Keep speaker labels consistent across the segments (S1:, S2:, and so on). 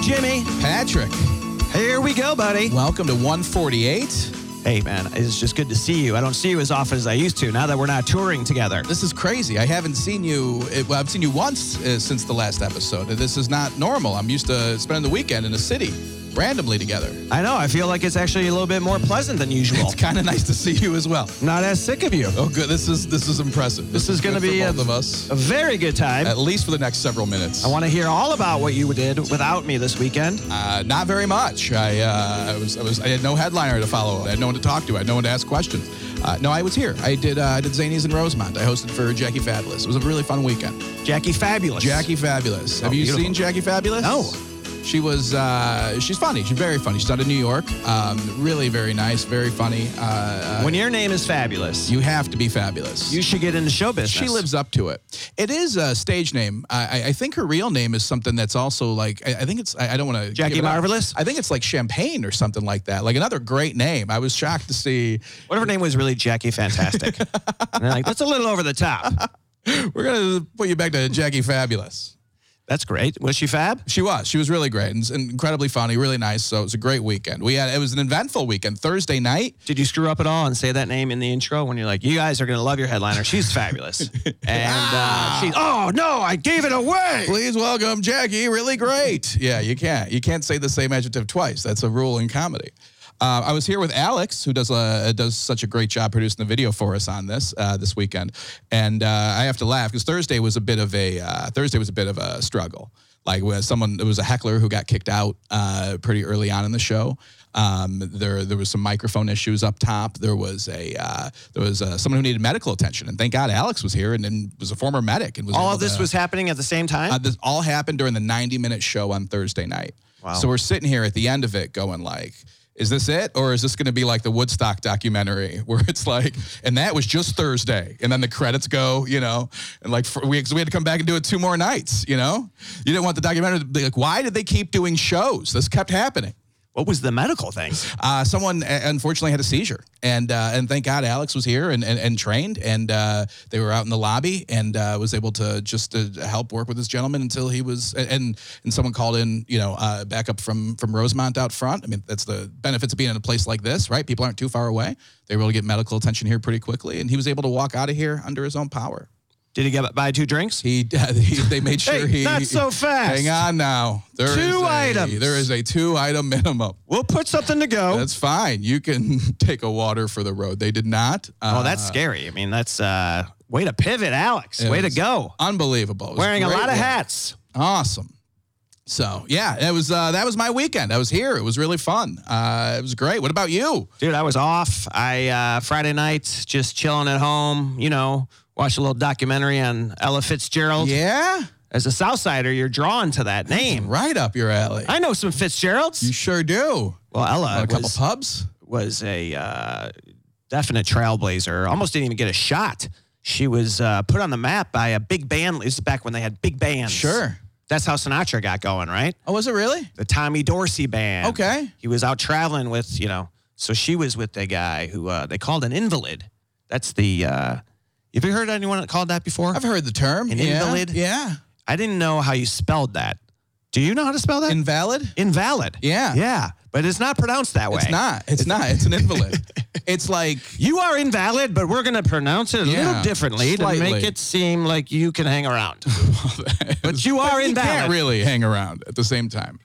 S1: Jay.
S2: Patrick,
S1: Here we go, buddy.
S2: welcome to 148.
S1: Hey, man, it's just good to see you. I don't see you as often as I used to now that we're not touring together.
S2: This is crazy. I haven't seen you. eh, Well, I've seen you once uh, since the last episode. This is not normal. I'm used to spending the weekend in a city randomly together.
S1: I know. I feel like it's actually a little bit more pleasant than usual.
S2: It's kind of nice to see you as well.
S1: Not as sick of you.
S2: Oh, good. This is this is impressive.
S1: This is going to
S2: good for
S1: be a,
S2: both of us,
S1: a very good time.
S2: at least for the next several minutes.
S1: I want to hear all about what you did without me this weekend.
S2: Uh, not very much. I, uh, I was, I was, I had no headliner to follow. I had no one to talk to. I had no one to ask questions. Uh, no, I was here. I did, uh, I did Zanies in Rosemont. I hosted for Jackie Fabulous. It was a really fun weekend.
S1: Jackie Fabulous.
S2: Jackie Fabulous. Have
S1: Oh,
S2: you
S1: beautiful.
S2: seen Jackie Fabulous?
S1: No.
S2: She was, uh, she's funny. She's very funny. She's out of New York. Um, really, very nice. Very funny. Uh,
S1: When your name is Fabulous, you,
S2: you have to be fabulous.
S1: should get into show business.
S2: She lives up to it. It is a stage name. I, I- I think her real name is something that's also like I, I think it's I, I don't want to
S1: Jackie Marvelous?
S2: I think it's like Champagne or something like that. Like another great name. I was shocked to see.
S1: What if her name was really Jackie Fantastic? and they're like, that's a little over the top.
S2: We're gonna put you back to Jackie Fabulous.
S1: That's great. Was she fab?
S2: She was. She was really great and, and incredibly funny, really nice. So it was a great weekend. We had it was an eventful weekend. Thursday night,
S1: Did you screw up at all and say that name in the intro when you're like, you guys are going to love your headliner? She's fabulous. and uh, she, oh no, I gave it away.
S2: please welcome Jackie. Really great. Yeah, you can't. You can't say the same adjective twice. That's a rule in comedy. Uh, I was here with Alex, who does uh, does such a great job producing the video for us on this uh, this weekend, and uh, I have to laugh because Thursday was a bit of a uh, Thursday was a bit of a struggle. Like when someone, it was a heckler who got kicked out uh, pretty early on in the show. Um, there, there was some microphone issues up top. There was a, uh, there was uh, someone who needed medical attention, and thank God Alex was here and, and was a former medic and was
S1: All
S2: able
S1: of this
S2: to-
S1: was happening at the same time?
S2: uh, this all happened during the 90 minute show on Thursday night.
S1: Wow.
S2: So we're sitting here at the end of it going like, is this it? Or is this going to be like the Woodstock documentary where it's like, and that was just Thursday. And then the credits go, you know, and like for, we, 'cause we had to come back and do it two more nights, you know, you didn't want the documentary to be like, why did they keep doing shows? This kept happening.
S1: what was the medical thing?
S2: Uh, someone uh, unfortunately had a seizure, and uh, and thank God Alex was here and and, and trained, and uh, they were out in the lobby and uh, was able to just uh, help work with this gentleman until he was and- and and someone called in, you know, uh, back up from from Rosemont out front. I mean, that's the benefits of being in a place like this, right? People aren't too far away. They were able to get medical attention here pretty quickly, and he was able to walk out of here under his own power.
S1: Did he get buy two drinks?
S2: He, he they made sure
S1: Hey,
S2: he
S1: not so fast.
S2: Hang on now. There is
S1: Two
S2: a-
S1: items.
S2: There is a two item minimum.
S1: We'll put something to go.
S2: That's fine. You can take a water for the road. They did not. Uh,
S1: oh, that's scary. I mean, that's uh, way to pivot, Alex. Way to
S2: was-
S1: go.
S2: unbelievable. It was
S1: Wearing a
S2: great
S1: lot of
S2: work.
S1: hats.
S2: Awesome. So yeah, it was uh, that was my weekend. I was here. It was really fun. Uh, it was great. What about you?
S1: Dude, I was off. I uh, Friday night just chilling at home, you know, watched a little documentary on Ella Fitzgerald.
S2: Yeah,
S1: As a Southsider, you're drawn to that name.
S2: right up your alley.
S1: I know some
S2: you
S1: Fitzgeralds.
S2: sure do.
S1: Well,
S2: A
S1: Ella
S2: couple
S1: was,
S2: pubs.
S1: was a uh, definite trailblazer. Almost didn't even get a shot. She was uh, put on the map by a big band. This is back when they had big bands.
S2: Sure.
S1: That's how Sinatra got going, right?
S2: Oh, was it really?
S1: the Tommy Dorsey band.
S2: Okay.
S1: He was out traveling with, you know, so she was with the guy who uh, they called an invalid. That's the, uh, have you heard anyone that called that before?
S2: I've heard the term.
S1: An
S2: yeah.
S1: invalid?
S2: Yeah.
S1: I didn't know how you spelled that. Do you know how to spell that?
S2: Invalid.
S1: Invalid.
S2: Yeah.
S1: Yeah. But it's not pronounced that way.
S2: It's not. It's not. It's an invalid. it's like
S1: You are invalid, but we're going to pronounce it a
S2: Yeah,
S1: little differently to
S2: slightly.
S1: make it seem like you can hang around. but you are
S2: you
S1: invalid.
S2: can't really hang around at the same time.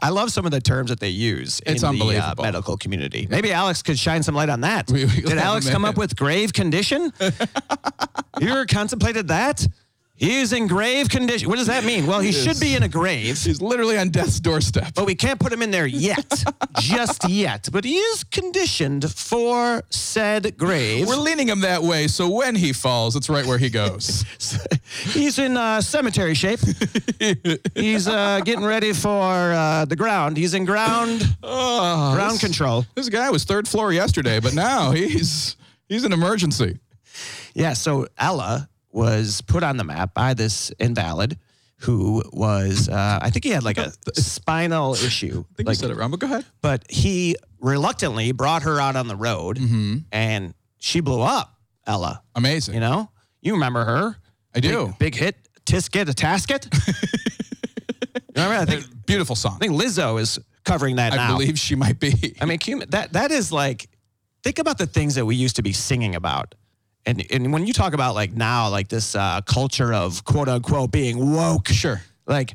S1: I love some of the terms that they use in
S2: It's
S1: the uh,
S2: unbelievable.
S1: medical community. Maybe Alex could shine some light on that.
S2: We- we-
S1: Did Alex come up with grave condition? you ever contemplated that? He's in grave condition. What does that mean? Well, he should be in a grave,
S2: He's literally on death's doorstep.
S1: but we can't put him in there yet, just yet. But he is conditioned for said grave.
S2: We're leaning him that way, so when he falls, it's right where he goes.
S1: He's in uh, cemetery shape. He's uh, getting ready for uh, the ground. He's in ground
S2: oh,
S1: ground control.
S2: this guy was third floor yesterday, but now he's he's an emergency.
S1: Yeah, so Ella was put on the map by this invalid who was, uh, I think he had like a spinal issue.
S2: I think
S1: like-
S2: you said it wrong, but go ahead.
S1: but he reluctantly brought her out on the road
S2: Mm-hmm.
S1: and she blew up, Ella.
S2: Hmm, Amazing.
S1: You know, you remember her.
S2: I do.
S1: Big, big hit, Tisket, a Tasket. Remember, I think
S2: Beautiful song.
S1: I think Lizzo is covering that
S2: I
S1: now.
S2: believe she might be.
S1: I mean, can you, that that is like, think about the things that we used to be singing about, and and when you talk about like now, like this uh, culture of quote unquote being woke,
S2: Sure.
S1: like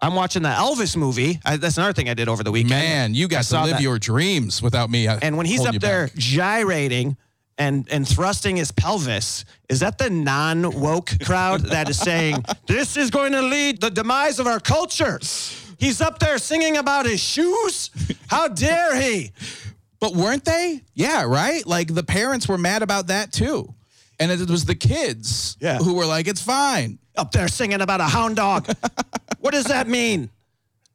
S1: I'm watching the Elvis movie. I, that's another thing I did over the weekend.
S2: Man, you got to
S1: saw
S2: live
S1: that.
S2: your dreams without me. uh,
S1: And when he's
S2: holding
S1: up
S2: you
S1: there
S2: back.
S1: gyrating and and thrusting his pelvis, is that the non woke crowd that is saying this is going to lead the demise of our culture? He's up there singing about his shoes. How dare he?
S2: But weren't they? Yeah, right? Like the parents were mad about that too. And it was the kids
S1: Yeah.
S2: who were like, it's fine.
S1: Up there singing about a hound dog. what does that mean?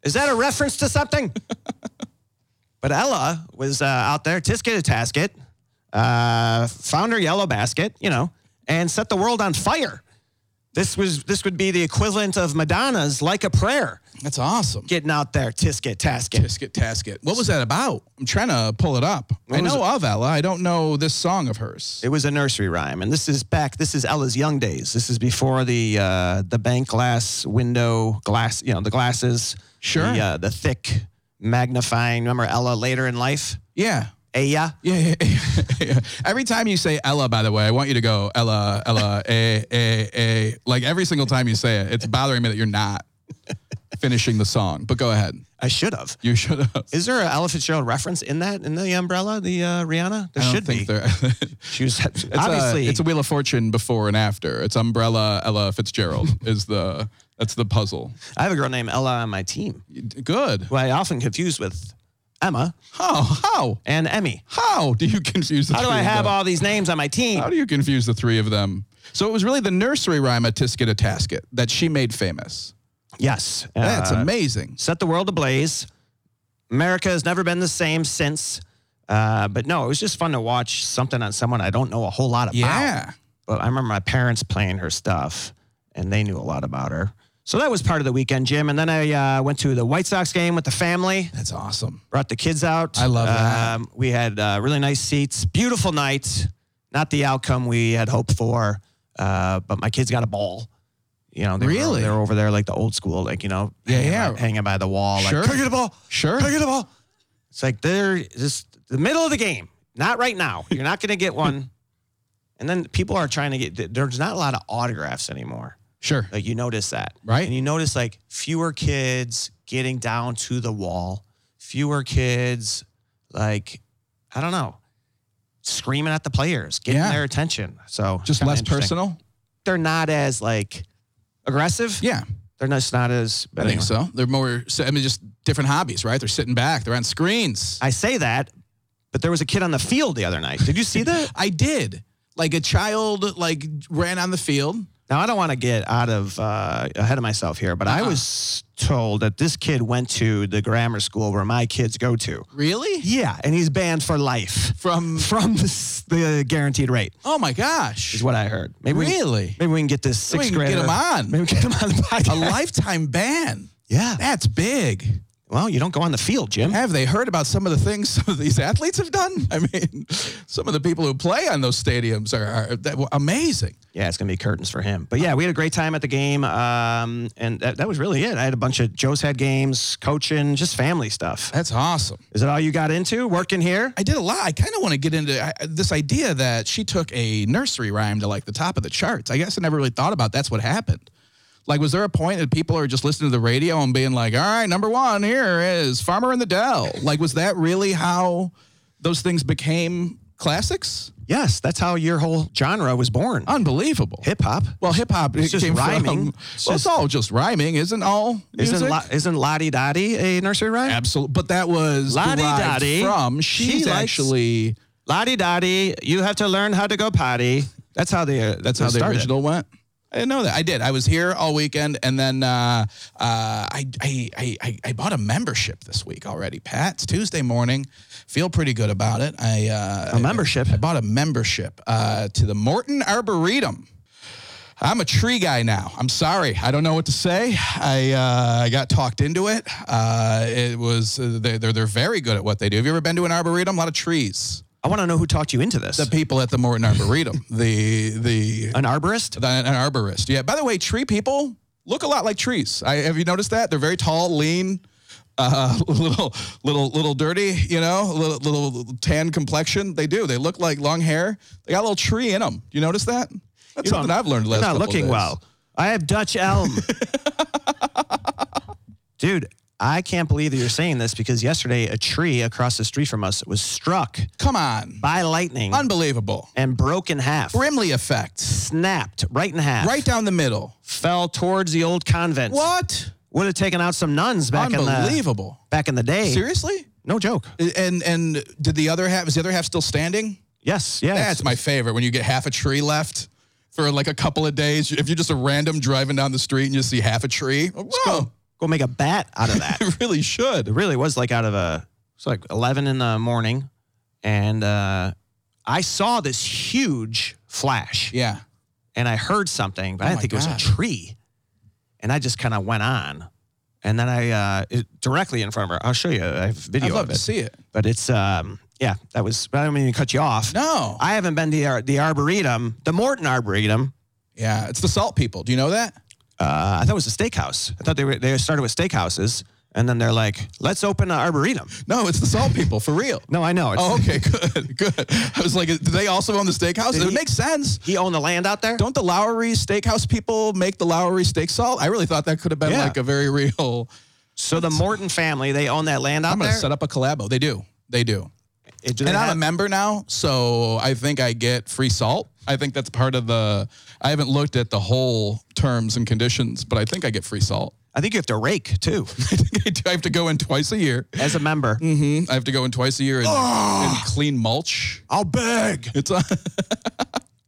S1: Is that a reference to something? But Ella was uh, out there, tisket a tasket, uh, found her yellow basket, you know, and set the world on fire. This was this would be the equivalent of Madonna's "Like a Prayer,"
S2: That's awesome.
S1: getting out there, tisket tasket.
S2: Tisket Tasket. What was that about? I'm trying to pull it up. I
S1: was
S2: know of Ella. I don't know this song of hers.
S1: It was a nursery rhyme, and this is back. This is Ella's young days. This is before the uh, the bank glass window glass, you know, the glasses.
S2: Sure.
S1: The, uh, the thick magnifying. Remember Ella later in life. Eh,
S2: Yeah.
S1: Aya.
S2: Yeah, yeah, yeah, yeah. Every time you say Ella, by the way, I want you to go Ella, Ella, eh, eh, eh. Like every single time you say it, it's bothering me that you're not finishing the song. But go ahead.
S1: I should have.
S2: You should have.
S1: Is there an Ella Fitzgerald reference in that in the umbrella? The uh, Rihanna. There
S2: I don't
S1: should
S2: think
S1: be.
S2: there. it's
S1: She was
S2: Obviously,
S1: obviously.
S2: a, it's a Wheel of Fortune before and after. It's Umbrella Ella Fitzgerald is the that's the puzzle.
S1: I have a girl named Ella on my team,
S2: Good.
S1: who I often confuse with Emma
S2: How how
S1: and Emmy.
S2: how do you confuse the
S1: How do
S2: three
S1: I
S2: of
S1: have
S2: them?
S1: all these names on my team?
S2: How do you confuse the three of them? So it was really the nursery rhyme a tisket a tasket that she made famous.
S1: Yes.
S2: That's
S1: Uh,
S2: amazing.
S1: set the world ablaze. America has never been the same since. Uh, but no, it was just fun to watch something on someone I don't know a whole lot about.
S2: Yeah.
S1: But I remember my parents playing her stuff, and they knew a lot about her. So that was part of the weekend, Jim. And then I uh, went to the White Sox game with the family.
S2: That's awesome.
S1: Brought the kids out.
S2: I love that.
S1: Um, we had uh, really nice seats. Beautiful night. Not the outcome we had hoped for, uh, but my kids got a ball. You know, they Were,
S2: Really?
S1: they were over there like the old school, like you know,
S2: Yeah,
S1: hanging
S2: yeah.
S1: by, hanging by the wall. Like,
S2: Sure.
S1: "Can I get a ball?
S2: Sure.
S1: Can I get a ball? It's like they're just the middle of the game. Not right now. You're not going to get one. And then people are trying to get. There's not a lot of autographs anymore.
S2: Sure.
S1: Like you notice that,
S2: Right.
S1: And you notice like fewer kids getting down to the wall, fewer kids like I don't know, screaming at the players, getting
S2: Yeah.
S1: their attention. So
S2: Just
S1: kinda
S2: less
S1: interesting.
S2: personal?
S1: They're not as like aggressive.
S2: Yeah.
S1: They're just not as. But
S2: I think
S1: anyway.
S2: so. They're more so- I mean just different hobbies, right? They're sitting back, they're on screens.
S1: I say that, but there was a kid on the field the other night. Did you see that?
S2: I did. Like a child like ran on the field.
S1: Now, I don't want to get out of uh, ahead of myself here, but I
S2: Uh-uh.
S1: was told that this kid went to the grammar school where my kids go to.
S2: Really?
S1: Yeah, and he's banned for life
S2: From
S1: from the, s- the guaranteed rate,
S2: Oh my
S1: is
S2: gosh.
S1: what I heard. Maybe we, can-
S2: Really?
S1: maybe we can get this sixth
S2: can get
S1: grader.
S2: him on.
S1: Maybe we can get him on the
S2: A
S1: podcast.
S2: lifetime ban.
S1: yeah.
S2: That's big.
S1: Well, you don't go on the field, Jim.
S2: Have they heard about some of the things some of these athletes have done? I mean, some of the people who play on those stadiums are, are that were amazing.
S1: Yeah, it's gonna be curtains for him. But yeah, we had a great time at the game, um, and that, that was really it. I had a bunch of Joe's had games, coaching, just family stuff.
S2: That's awesome.
S1: Is that all you got into working here?
S2: I did a lot. I kind of want to get into I, this idea that she took a nursery rhyme to like the top of the charts. I guess I never really thought about that's what happened. Like, was there a point that people are just listening to the radio and being like, all right, number one here is Farmer in the Dell? Like, was that really how those things became classics?
S1: Yes, that's how your whole genre was born.
S2: Unbelievable.
S1: Hip hop.
S2: Oh. well, hip hop it
S1: It's just
S2: came
S1: rhyming.
S2: from.
S1: It's
S2: well,
S1: just-
S2: it's all just rhyming, isn't all? Music?
S1: Isn't la, isn't Lottie Dottie a nursery rhyme?
S2: Absolutely, but that was derived
S1: La-di-da-di.
S2: from.
S1: She
S2: She's
S1: likes-
S2: actually
S1: Lottie Dottie, you have to learn how to go potty. That's how they. Uh,
S2: That's how the
S1: started.
S2: original went. I didn't know that. I did. I was here all weekend, and then uh, uh, I, I I I I bought a membership this week already. Pat, it's Tuesday morning. Feel pretty good about it. I uh,
S1: A membership.
S2: I bought a membership uh, to the Morton Arboretum. I'm a tree guy now. I'm sorry. I don't know what to say. I uh, I got talked into it. Uh, it was uh, they- they're they're very good at what they do. Have you ever been to an arboretum? A lot of trees.
S1: I want to know who talked you into this.
S2: The people at the Morton Arboretum. the the
S1: An arborist.
S2: than an arborist. Yeah. By the way, tree people look a lot like trees. I, have you noticed that? They're very tall, lean, uh, little, little, little dirty. You know, little, little tan complexion. They do. They look like long hair. They got a little tree in them. You notice that? That's
S1: You know,
S2: something I've learned. the
S1: You're not
S2: Last couple
S1: looking
S2: days.
S1: well. I have Dutch elm. Dude, I can't believe that you're saying this because yesterday a tree across the street from us was struck
S2: Come on,
S1: by lightning
S2: unbelievable.
S1: and broke in half.
S2: Brimley effect,
S1: Snapped right in half.
S2: right down the middle.
S1: Fell towards the old convent.
S2: What?
S1: Would have taken out some nuns back in the
S2: Unbelievable.
S1: back in the day.
S2: Seriously?
S1: No joke.
S2: And and did the other half? Is the other half still standing?
S1: Yes, yes.
S2: That's my favorite. When you get half a tree left for like a couple of days, if you're just a random driving down the street and you see half a tree, Oh, wow,
S1: Go make a bat out of that.
S2: it really should.
S1: it really was like out of a it's like 11 in the morning and uh i saw this huge flash
S2: Yeah.
S1: and i heard something but
S2: Oh
S1: i didn't
S2: my
S1: think it
S2: God.
S1: was a tree and i just kind of went on and then i uh it, directly in front of her i'll show you i have
S2: I'd
S1: video
S2: love
S1: of
S2: to
S1: it
S2: see it.
S1: but it's um yeah that was i don't mean to cut you off
S2: No.
S1: i haven't been to the, Ar- the arboretum the morton arboretum
S2: yeah, it's the salt people. Do you know that?
S1: uh, I thought it was a steakhouse. I thought they were, they started with steakhouses, and then they're like, "Let's open an arboretum."
S2: No, it's the salt people for real.
S1: No, I know. It's,
S2: Oh, okay, good, good. I was like, do they also own the steakhouse? It
S1: he-
S2: makes sense.
S1: He owned the land out there.
S2: Don't the Lowry steakhouse people make the Lowry steak salt? I really thought that could have been
S1: Yeah.
S2: like a very real.
S1: So the Morton family, they own that land out
S2: I'm
S1: there.
S2: gonna set up a collabo. They do. They do.
S1: Eh, do they
S2: And I'm
S1: have-
S2: a member now, so I think I get free salt. I think that's part of the. I haven't looked at the whole terms and conditions, but I think I get free salt.
S1: I think you have to rake too
S2: I think I, do. I have to go in twice a year.
S1: as a member.
S2: Mhm.
S1: Mm-hmm.
S2: I have to go in twice a year and, and clean mulch.
S1: I'll beg.
S2: It's. i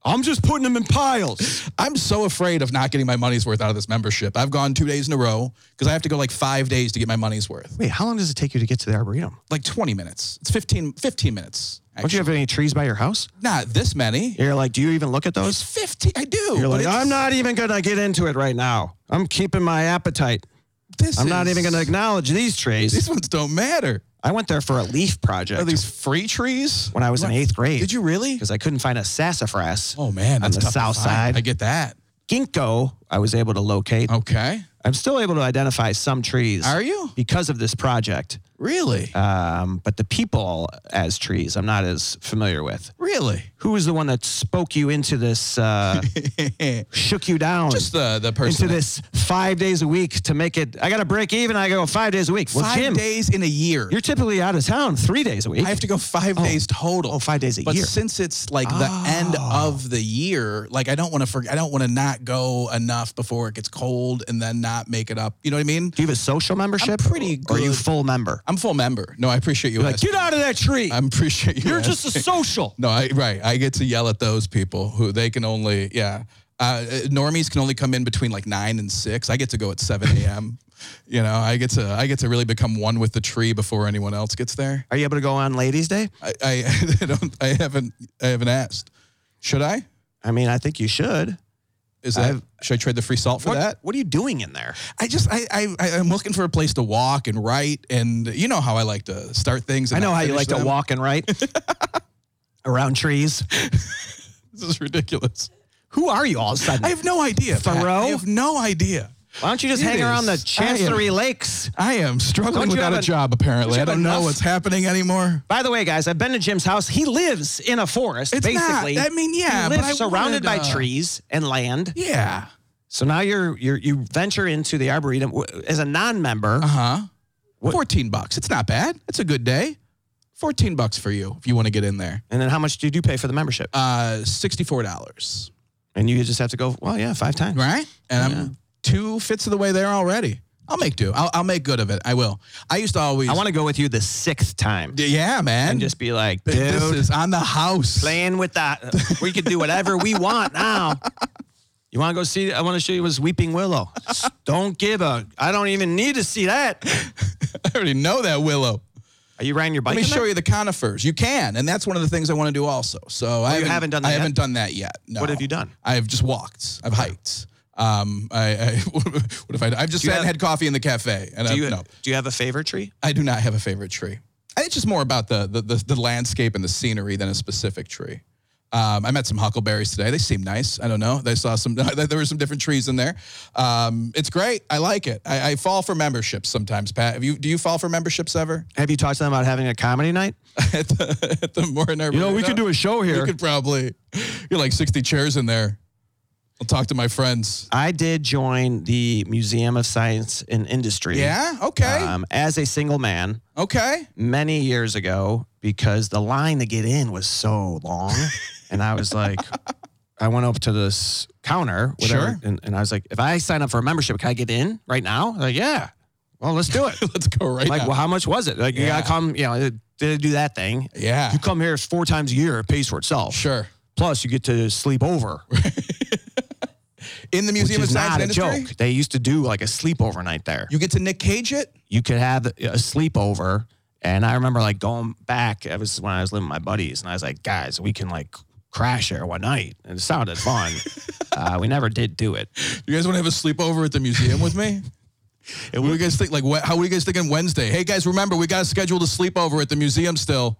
S1: I'm just putting them in piles.
S2: I'm so afraid of not getting my money's worth out of this membership. I've gone two days in a row because I have to go like five days to get my money's worth.
S1: Wait, how long does it take you to get to the arboretum?
S2: Like 20 minutes. It's 15, 15 minutes.
S1: Don't you
S2: Actually.
S1: have any trees by your house?
S2: Not this many.
S1: You're like, do you even look at
S2: It's
S1: those?
S2: 15. I do.
S1: You're
S2: but
S1: like,
S2: it's-
S1: I'm not even gonna get into it right now. I'm keeping my appetite.
S2: This
S1: I'm not
S2: is-
S1: even gonna acknowledge these trees.
S2: These ones don't matter.
S1: I went there for a leaf
S2: Are
S1: project
S2: these free trees?
S1: when I was in eighth grade.
S2: Did you really?
S1: Because I couldn't find a sassafras.
S2: Oh man, that's
S1: the
S2: tough to
S1: south
S2: find.
S1: side.
S2: I get that.
S1: Ginkgo, I was able to locate.
S2: Okay.
S1: I'm still able to identify some trees.
S2: Are you
S1: because of this project.
S2: really?
S1: Um, but the people as trees, I'm not as familiar with.
S2: really?
S1: Who was the one that spoke you into this, uh, shook you down
S2: Just the the
S1: into
S2: person.
S1: this five days a week to make it? I got to break even. I go five days a week. Well,
S2: five
S1: Jim,
S2: days in a year.
S1: you're typically out of town three days a week.
S2: I have to go five days total.
S1: oh, five days a
S2: but
S1: year. Ah.
S2: since it's like the end of the year, like I don't want to forget. I don't want to not go enough before it gets cold and then not make it up. You know what I mean?
S1: Do you have a social membership?
S2: pretty
S1: Or are you
S2: good.
S1: full member?
S2: I'm full member. No, I appreciate you.
S1: Like,
S2: asking.
S1: get out of that tree.
S2: I appreciate you.
S1: you're just a
S2: asking.
S1: social.
S2: No, I, right. I get to yell at those people who they can only, yeah. Uh, normies can only come in between like nine and six. I get to go at seven a.m. you know, I get to I get to really become one with the tree before anyone else gets there.
S1: Are you able to go on Ladies' Day?
S2: I I, I don't I haven't I haven't asked. Should I?
S1: I mean, I think you should.
S2: Is that
S1: I've-
S2: should I trade the free salt for
S1: What,
S2: that?
S1: what are you doing in there?
S2: I just I, I I- I'm looking for a place to walk and write, and you know how I like to start things.
S1: I
S2: and
S1: know
S2: not
S1: how you
S2: finish
S1: like to
S2: them.
S1: walk and write around trees.
S2: This is ridiculous.
S1: Who are you all of a sudden?
S2: I have no idea. Pat.
S1: Thoreau?
S2: I have no idea.
S1: Why don't you just
S2: It
S1: hang around the
S2: is.
S1: Chancery Lakes?
S2: I am struggling
S1: Don't you
S2: without
S1: have
S2: a,
S1: an-
S2: job, apparently.
S1: you
S2: I
S1: have
S2: don't know
S1: enough-
S2: what's happening anymore.
S1: By the way, guys, I've been to Jim's house. He lives in a forest,
S2: It's not-
S1: basically.
S2: I mean, yeah,
S1: he
S2: but
S1: lives
S2: I
S1: surrounded
S2: wanted,
S1: by
S2: uh,
S1: trees and land.
S2: Yeah.
S1: So now you're you're you venture into the arboretum w- as a non-member.
S2: Uh huh. 14 bucks. It's not bad. It's a good day. 14 bucks for you if you want to get in there.
S1: And then how much did you pay for the membership?
S2: Uh, $64,
S1: and you just have to go. Well, yeah, five times.
S2: right? And I'm two fifths of the way there already. I'll make do. I'll, I'll make good of it. I will. I used to always.
S1: I want to go with you the sixth time
S2: Yeah, man.
S1: and just be like, dude,
S2: this is on the house.
S1: playing with that. We can do whatever we want now. You want to go see? I want to show you was Weeping Willow. S- Don't give a. I don't even need to see that.
S2: I already know that, Willow.
S1: Are you riding your bike?
S2: Let me
S1: in
S2: show
S1: there?
S2: you the conifers. You can, and that's one of the things I want to do also. So I
S1: Oh, you haven't done that
S2: I
S1: yet?
S2: haven't done that yet. No.
S1: What have you done?
S2: I've just walked. I've hiked. Um, I, I what if I? I've just
S1: you
S2: sat and
S1: have-
S2: had coffee in the cafe, and
S1: Do
S2: I,
S1: you,
S2: no,
S1: do you have a favorite tree?
S2: I do not have a favorite tree. It's just more about the the the, the landscape and the scenery than a specific tree. Um, I met some huckleberries today. They seem nice. I don't know. They saw some. There were some different trees in there. Um, it's great. I like it. I, I fall for memberships sometimes. Pat, have you? Do you fall for memberships ever?
S1: Have you talked to them about having a comedy night?
S2: at the at the Mariner?
S1: You know, we could do a show
S2: We
S1: here.
S2: could probably. You're like 60 chairs in there. I'll talk to my friends.
S1: I did join the Museum of Science and Industry.
S2: Yeah. Okay.
S1: Um, as a single man
S2: okay.
S1: many years ago because the line to get in was so long. and I was like, I went up to this counter, whatever,
S2: Sure.
S1: and, and I was like, if I sign up for a membership, can I get in right now? They're like, yeah. Well, let's do it.
S2: Let's go right
S1: like,
S2: now.
S1: well, how much was it? Like, you
S2: Yeah.
S1: gotta come, you know, they do that thing.
S2: yeah.
S1: You come here four times a year, it pays for itself.
S2: Sure.
S1: Plus, you get to sleep over, which
S2: In the Museum of
S1: is
S2: Science
S1: not a
S2: and Industry,
S1: joke. They used to do like a sleepover night there.
S2: you get to Nick Cage it.
S1: you could have a sleepover. And I remember like going back. It was when I was living with my buddies, and I was like, guys, we can like crash here one night. And it sounded fun. uh, we never did do it.
S2: You guys want to have a sleepover at the museum with me? And what do you guys think? Like, what, how are you guys thinking Wednesday? Hey guys, remember we got to schedule a sleepover at the museum still.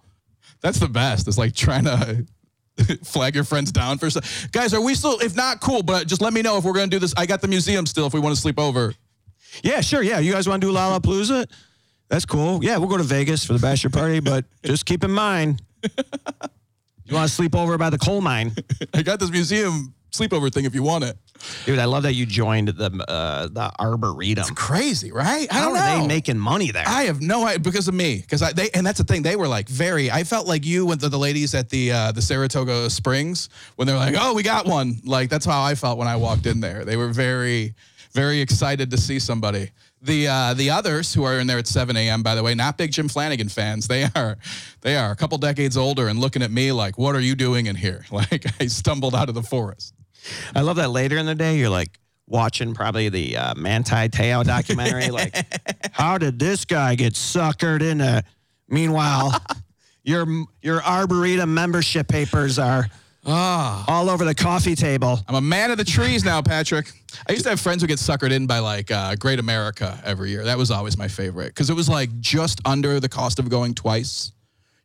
S2: That's the best. It's like trying to flag your friends down for stuff. Guys, are we still? If not, cool. But just let me know if we're gonna do this. I got the museum still. If we want to sleep over,
S1: Yeah, sure. Yeah, you guys want to do Lollapalooza? That's cool. Yeah, we'll go to Vegas for the bachelor party, but just keep in mind, you want to sleep over by the coal mine,
S2: I got this museum sleepover thing. If you want it,
S1: dude. I love that you joined the uh, the arboretum.
S2: crazy, right? I
S1: How
S2: don't
S1: are
S2: know.
S1: they making money there?
S2: I have no idea because of me. Because I they and that's the thing. They were like very. I felt like you and the, the ladies at the uh, the Saratoga Springs when they're like, "Oh, we got one." Like that's how I felt when I walked in there. They were very, very excited to see somebody. The uh, the others who are in there at 7 a.m. by the way, not big Jim Flanagan fans. They are they are a couple decades older and looking at me like, "What are you doing in here?" Like I stumbled out of the forest.
S1: I love that later in the day, you're like watching probably the uh, Manti Teo documentary. like, how did this guy get suckered into? Meanwhile, your your Arboretum membership papers are all over the coffee table.
S2: I'm a man of the trees now, Patrick. I used to have friends who get suckered in by like uh, Great America every year. That was always my favorite because it was like just under the cost of going twice.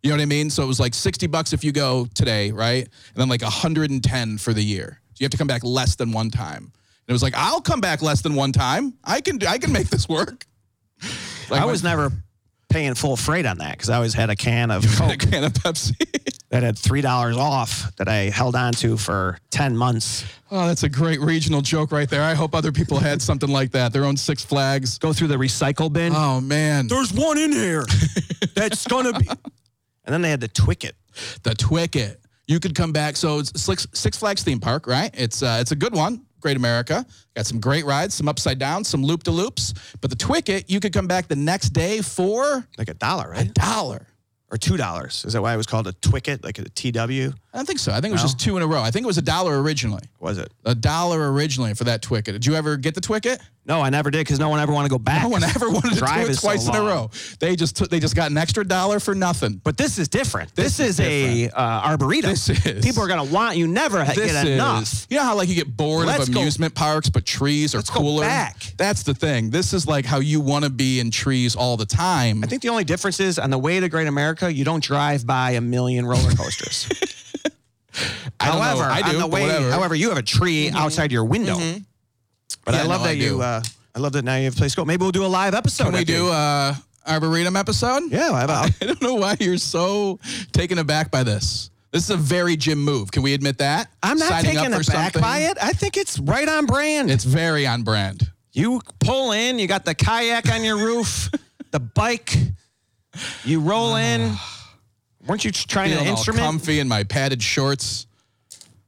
S2: You know what I mean? So it was like 60 bucks if you go today, right? And then like 110 for the year. So you have to come back less than one time. And it was like, I'll come back less than one time. I can I can make this work. Like
S1: I was never paying full freight on that because I always had a can of
S2: my-
S1: Coke
S2: a can of Pepsi.
S1: that had three dollars off that I held on to for ten months.
S2: oh, that's a great regional joke right there. I hope other people had something like that. Their own Six Flags.
S1: Go through the recycle bin.
S2: Oh man.
S1: There's one in here that's gonna be. And then they had the Twicket.
S2: the Twicket. You could come back. So it's Six, Six Flags theme park, right? It's uh, it's a good one. Great America got some great rides, some upside downs, some loop de loops. But the Twicket, you could come back the next day for
S1: Like a dollar, right?
S2: a dollar.
S1: or two dollars. Is that why it was called a Twicket, like a TW?
S2: I don't think so. I think it was just two in a row. I think it was a dollar originally.
S1: Was it?
S2: A dollar originally for that Twicket. Did you ever get the Twicket?
S1: No, I never did because no one ever wanted to go back.
S2: No one ever wanted to
S1: Drive
S2: do it
S1: is so
S2: twice in a
S1: long.
S2: row. They just took, they just got an extra dollar for nothing.
S1: But this is different. This, is, a uh, arboretum.
S2: This is-
S1: People are gonna want you. Never ha-
S2: This
S1: get enough.
S2: is you know how like you get bored
S1: Let's
S2: of
S1: go-
S2: amusement parks, but trees are
S1: go
S2: cooler.
S1: back.
S2: That's the thing. This is like how you want to be in trees all the time.
S1: I think the only difference is on the way to Great America, you don't drive by a million roller coasters.
S2: I don't know.
S1: however,
S2: I do,
S1: on the
S2: but
S1: way,
S2: whatever. Mm-hmm.
S1: however, you have a tree outside your window. But
S2: Yeah,
S1: I love
S2: no, I
S1: that you.
S2: do.
S1: Uh, I love that now you have a place to go. Maybe we'll do a live episode.
S2: Can we
S1: after
S2: do
S1: you-
S2: uh arboretum episode?
S1: Yeah, how about
S2: I don't know why you're so taken aback by this. This is a very Jim move. Can we admit that?
S1: I'm not
S2: Signing up
S1: taken
S2: for
S1: aback
S2: something.
S1: by it. I think it's right on brand.
S2: It's very on brand.
S1: You pull in, you got the kayak on your roof, the bike, you roll in. Weren't you trying
S2: Ah. Feeling
S1: an
S2: all
S1: instrument?
S2: comfy in my padded shorts.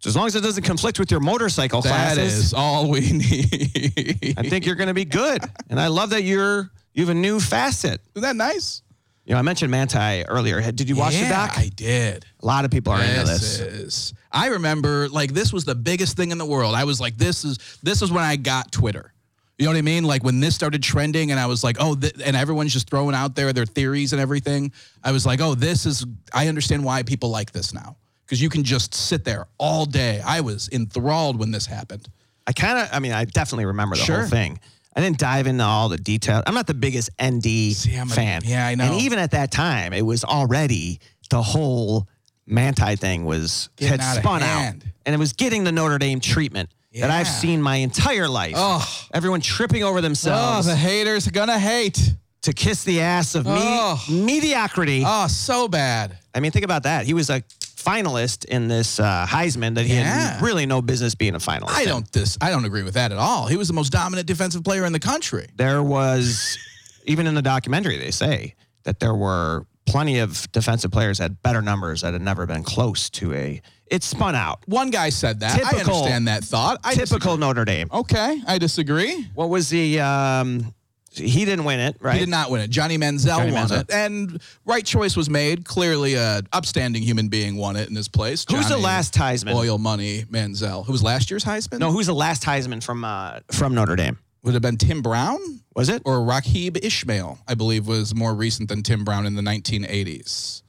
S1: As long as it doesn't conflict with your motorcycle
S2: That
S1: classes,
S2: is all we need.
S1: I think you're going to be good. And I love that you're you have a new facet.
S2: Isn't that nice?
S1: You know, I mentioned Manti earlier. Did you watch
S2: yeah,
S1: the doc?
S2: I did.
S1: A lot of people are into this.
S2: is. I remember like this was the biggest thing in the world. I was like, this is this is when I got Twitter. You know what I mean? Like when this started trending, and I was like, oh, th-, and everyone's just throwing out there their theories and everything. I was like, oh, this is. I understand why people like this now because you can just sit there all day. I was enthralled when this happened.
S1: I kind of, I mean, I definitely remember the
S2: Sure.
S1: whole thing. I didn't dive into all the details. I'm not the biggest ND
S2: I'm a-
S1: fan.
S2: yeah, I know.
S1: And even at that time, it was already the whole Manti thing was had
S2: Getting out of
S1: spun out,
S2: hand.
S1: and it was getting the Notre Dame treatment that I've
S2: Yeah.
S1: seen my entire life.
S2: Ugh.
S1: Everyone tripping over
S2: Oh,
S1: themselves
S2: the haters are gonna hate.
S1: to kiss the ass of me-
S2: Oh.
S1: mediocrity.
S2: Oh, so bad.
S1: I mean, think about that. He was a finalist in this uh, Heisman that he
S2: Yeah.
S1: had really no business being a finalist.
S2: I
S1: in.
S2: don't this. I don't agree with that at all. He was the most dominant defensive player in the country.
S1: There was, even in the documentary, they say that there were plenty of defensive players that had better numbers that had never been close to a. It spun out.
S2: One guy said that. I
S1: Typical-
S2: understand that thought. I
S1: Typical
S2: disagree.
S1: Notre Dame.
S2: Okay, I disagree.
S1: What was the? Um, he didn't win it, right?
S2: He did not win it. Johnny Manziel
S1: Johnny
S2: won
S1: Manziel.
S2: it, and right choice was made. Clearly, a upstanding human being won it in his place.
S1: Who's the
S2: Johnny
S1: last Heisman?
S2: Oil Money Manziel? Who was last year's Heisman?
S1: No, who's the last Heisman from uh, from Notre Dame?
S2: would it have been Tim Brown
S1: Was it?
S2: or Rakib Ishmael. I believe was more recent than Tim Brown in the 1980s.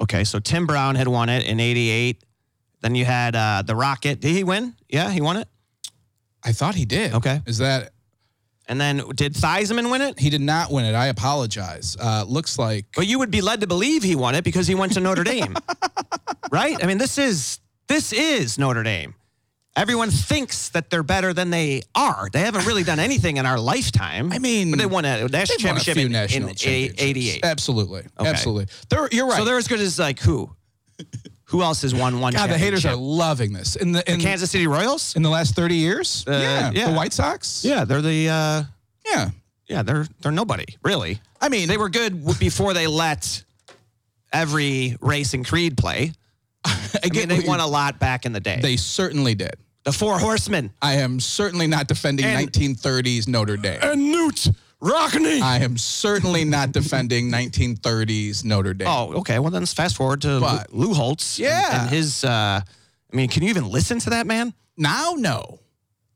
S1: Okay, so Tim Brown had won it in '88. Then you had uh, the Rocket. Did he win? Yeah, he won it.
S2: I thought he did.
S1: Okay.
S2: is that
S1: And then did Theismann win it?
S2: he did not win it? I apologize. Uh, looks like
S1: But you would be led to believe he won it because he went to Notre Dame, right? I mean, this is this is Notre Dame. Everyone thinks that they're better than they are. They haven't really done anything in our lifetime.
S2: I mean,
S1: but they won a national
S2: They've won a
S1: championship
S2: few
S1: in-
S2: national
S1: in
S2: championships.
S1: '88.
S2: Absolutely, absolutely. They're, you're right.
S1: So they're as good as like who? Who else has won one?
S2: God, the haters are
S1: championship?
S2: loving this in the in,
S1: Kansas City Royals.
S2: in the last 30 years. yeah,
S1: Uh, yeah.
S2: the White Sox.
S1: Yeah, they're the. Uh,
S2: yeah.
S1: yeah, they're they're nobody really.
S2: I mean,
S1: They were good w- before they let every race and creed play. I mean,
S2: get
S1: they
S2: what you-
S1: won a lot back in the day.
S2: They certainly did.
S1: the Four Horsemen.
S2: I am certainly not defending
S1: And-
S2: 1930s Notre Dame.
S1: And Newt Rockney.
S2: I am certainly not defending 1930s Notre Dame.
S1: oh, okay. Well, then let's fast forward to Lou-
S2: But-
S1: Lou Holtz. and-
S2: Yeah.
S1: And, his, uh, I mean, can you even listen to that man?
S2: Now, no,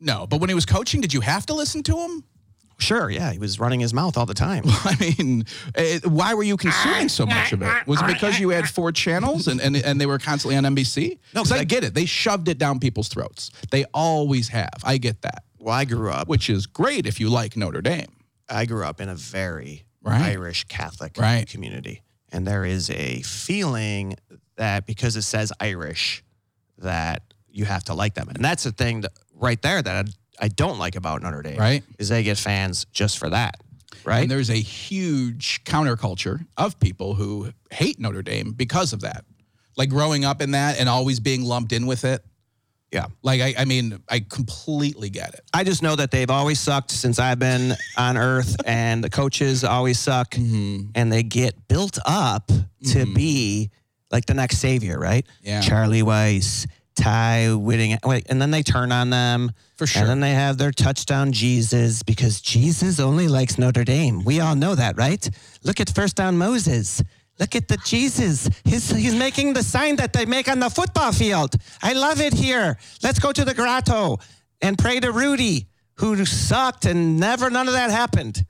S2: no. But when he was coaching, did you have to listen to him?
S1: Sure. Yeah. He was running his mouth all the time.
S2: I mean, it, why were you consuming so much of it? Was it because you had four channels and, and, and they were constantly on NBC? No, because I get it. They shoved it down people's throats. They always have. I get that,
S1: Well, I grew up.
S2: which is great if you like Notre Dame.
S1: I grew up in a very
S2: Right.
S1: Irish Catholic
S2: Right.
S1: community. And there is a feeling that because it says Irish, that you have to like them. And that's the thing that, right there that I, I don't like about Notre Dame.
S2: Right.
S1: Is they get fans just for that. Right.
S2: And there's a huge counterculture of people who hate Notre Dame because of that. Like growing up in that and always being lumped in with it.
S1: Yeah.
S2: Like, I, I mean, I completely get it.
S1: I just know that they've always sucked since I've been on earth and the coaches always suck and they get built up to
S2: Mm-hmm.
S1: be like the next savior, right?
S2: Yeah.
S1: Charlie Weiss, Ty Whitting, wait, and then they turn on them.
S2: For sure.
S1: And then they have their touchdown Jesus because Jesus only likes Notre Dame. We all know that, right? Look at first down Moses. Look at the Jesus. He's, he's making the sign that they make on the football field. I love it here. Let's go to the grotto and pray to Rudy, who sucked and never none of that happened.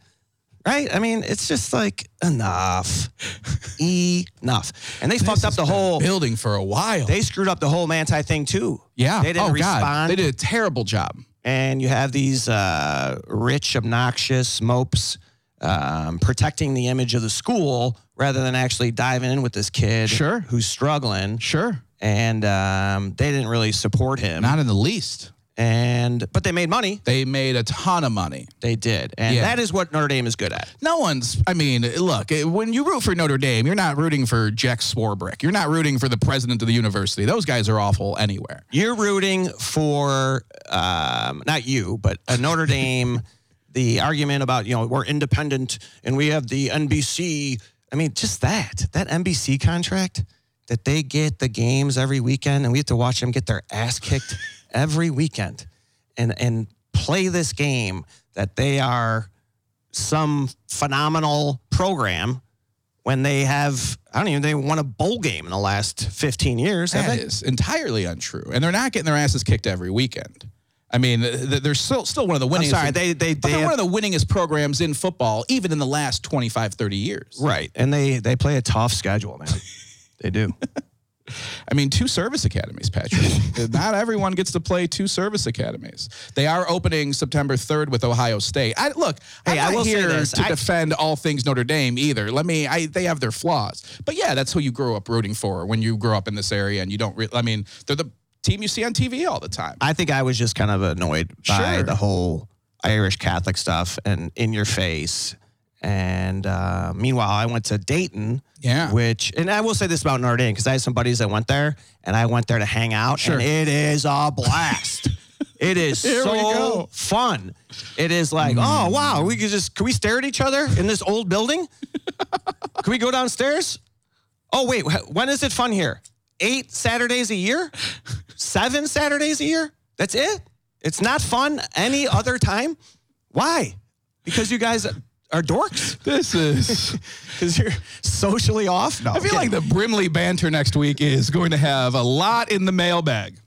S1: Right? I mean, it's just like enough. enough. And they fucked up the whole
S2: Building for a while.
S1: they screwed up the whole Manti thing too.
S2: yeah.
S1: They didn't
S2: oh,
S1: respond.
S2: God. They did a terrible job.
S1: And you have these uh, rich, obnoxious mopes um, protecting the image of the school rather than actually diving in with this kid
S2: Sure.
S1: who's struggling.
S2: Sure.
S1: And um, they didn't really support him.
S2: Not in the least.
S1: and but they made money.
S2: They made a ton of money.
S1: They did. And
S2: Yeah.
S1: that is what Notre Dame is good at.
S2: No one's, I mean, look, eh, when you root for Notre Dame, you're not rooting for Jack Swarbrick. You're not rooting for the president of the university. Those guys are awful anywhere.
S1: You're rooting for um, not you, but a Notre Dame. the argument about you know we're independent and we have the NBC. I mean, just that that NBC contract that they get the games every weekend and we have to watch them get their ass kicked every weekend, and and play this game that they are some phenomenal program when they have I don't even they won a bowl game in the last 15 years. have
S2: That
S1: they?
S2: is entirely untrue. And they're not getting their asses kicked every weekend. I mean, th- th- they're still, still one of the winningest.
S1: I'm sorry, they they
S2: but
S1: they
S2: they're
S1: have-
S2: one of the winningest programs in football, even in the last 25, 30 years.
S1: Right. And they they play a tough schedule, man. they do.
S2: I mean, two service academies, Patrick. Not everyone gets to play two service academies. They are opening September 3rd with Ohio State. I, look,
S1: Hey, I
S2: I'm not
S1: will say
S2: here
S1: this.
S2: to
S1: I-
S2: defend all things Notre Dame either. Let me. I they have their flaws, but yeah, that's who you grow up rooting for when you grow up in this area, and you don't. Re- I mean, they're the team you see on TV all the time.
S1: I think I was just kind of annoyed by
S2: Sure.
S1: the whole Irish Catholic stuff and in your face. And uh, meanwhile, I went to Dayton,
S2: Yeah.
S1: which, and I will say this about Notre Dame because I had some buddies that went there, and I went there to hang out,
S2: Sure.
S1: and it is a blast. it is
S2: Here we
S1: so
S2: go. Mm.
S1: fun. It is like, oh wow, we could just can we stare at each other in this old building? can we go downstairs? Oh wait, wh- when is it fun here? Eight Saturdays a year? Seven Saturdays a year? That's it? It's not fun any other time? Why? Because you guys are dorks?
S2: This is.
S1: Because you're socially off? No.
S2: I feel
S1: okay.
S2: like the Brimley banter next week is going to have a lot in the mailbag.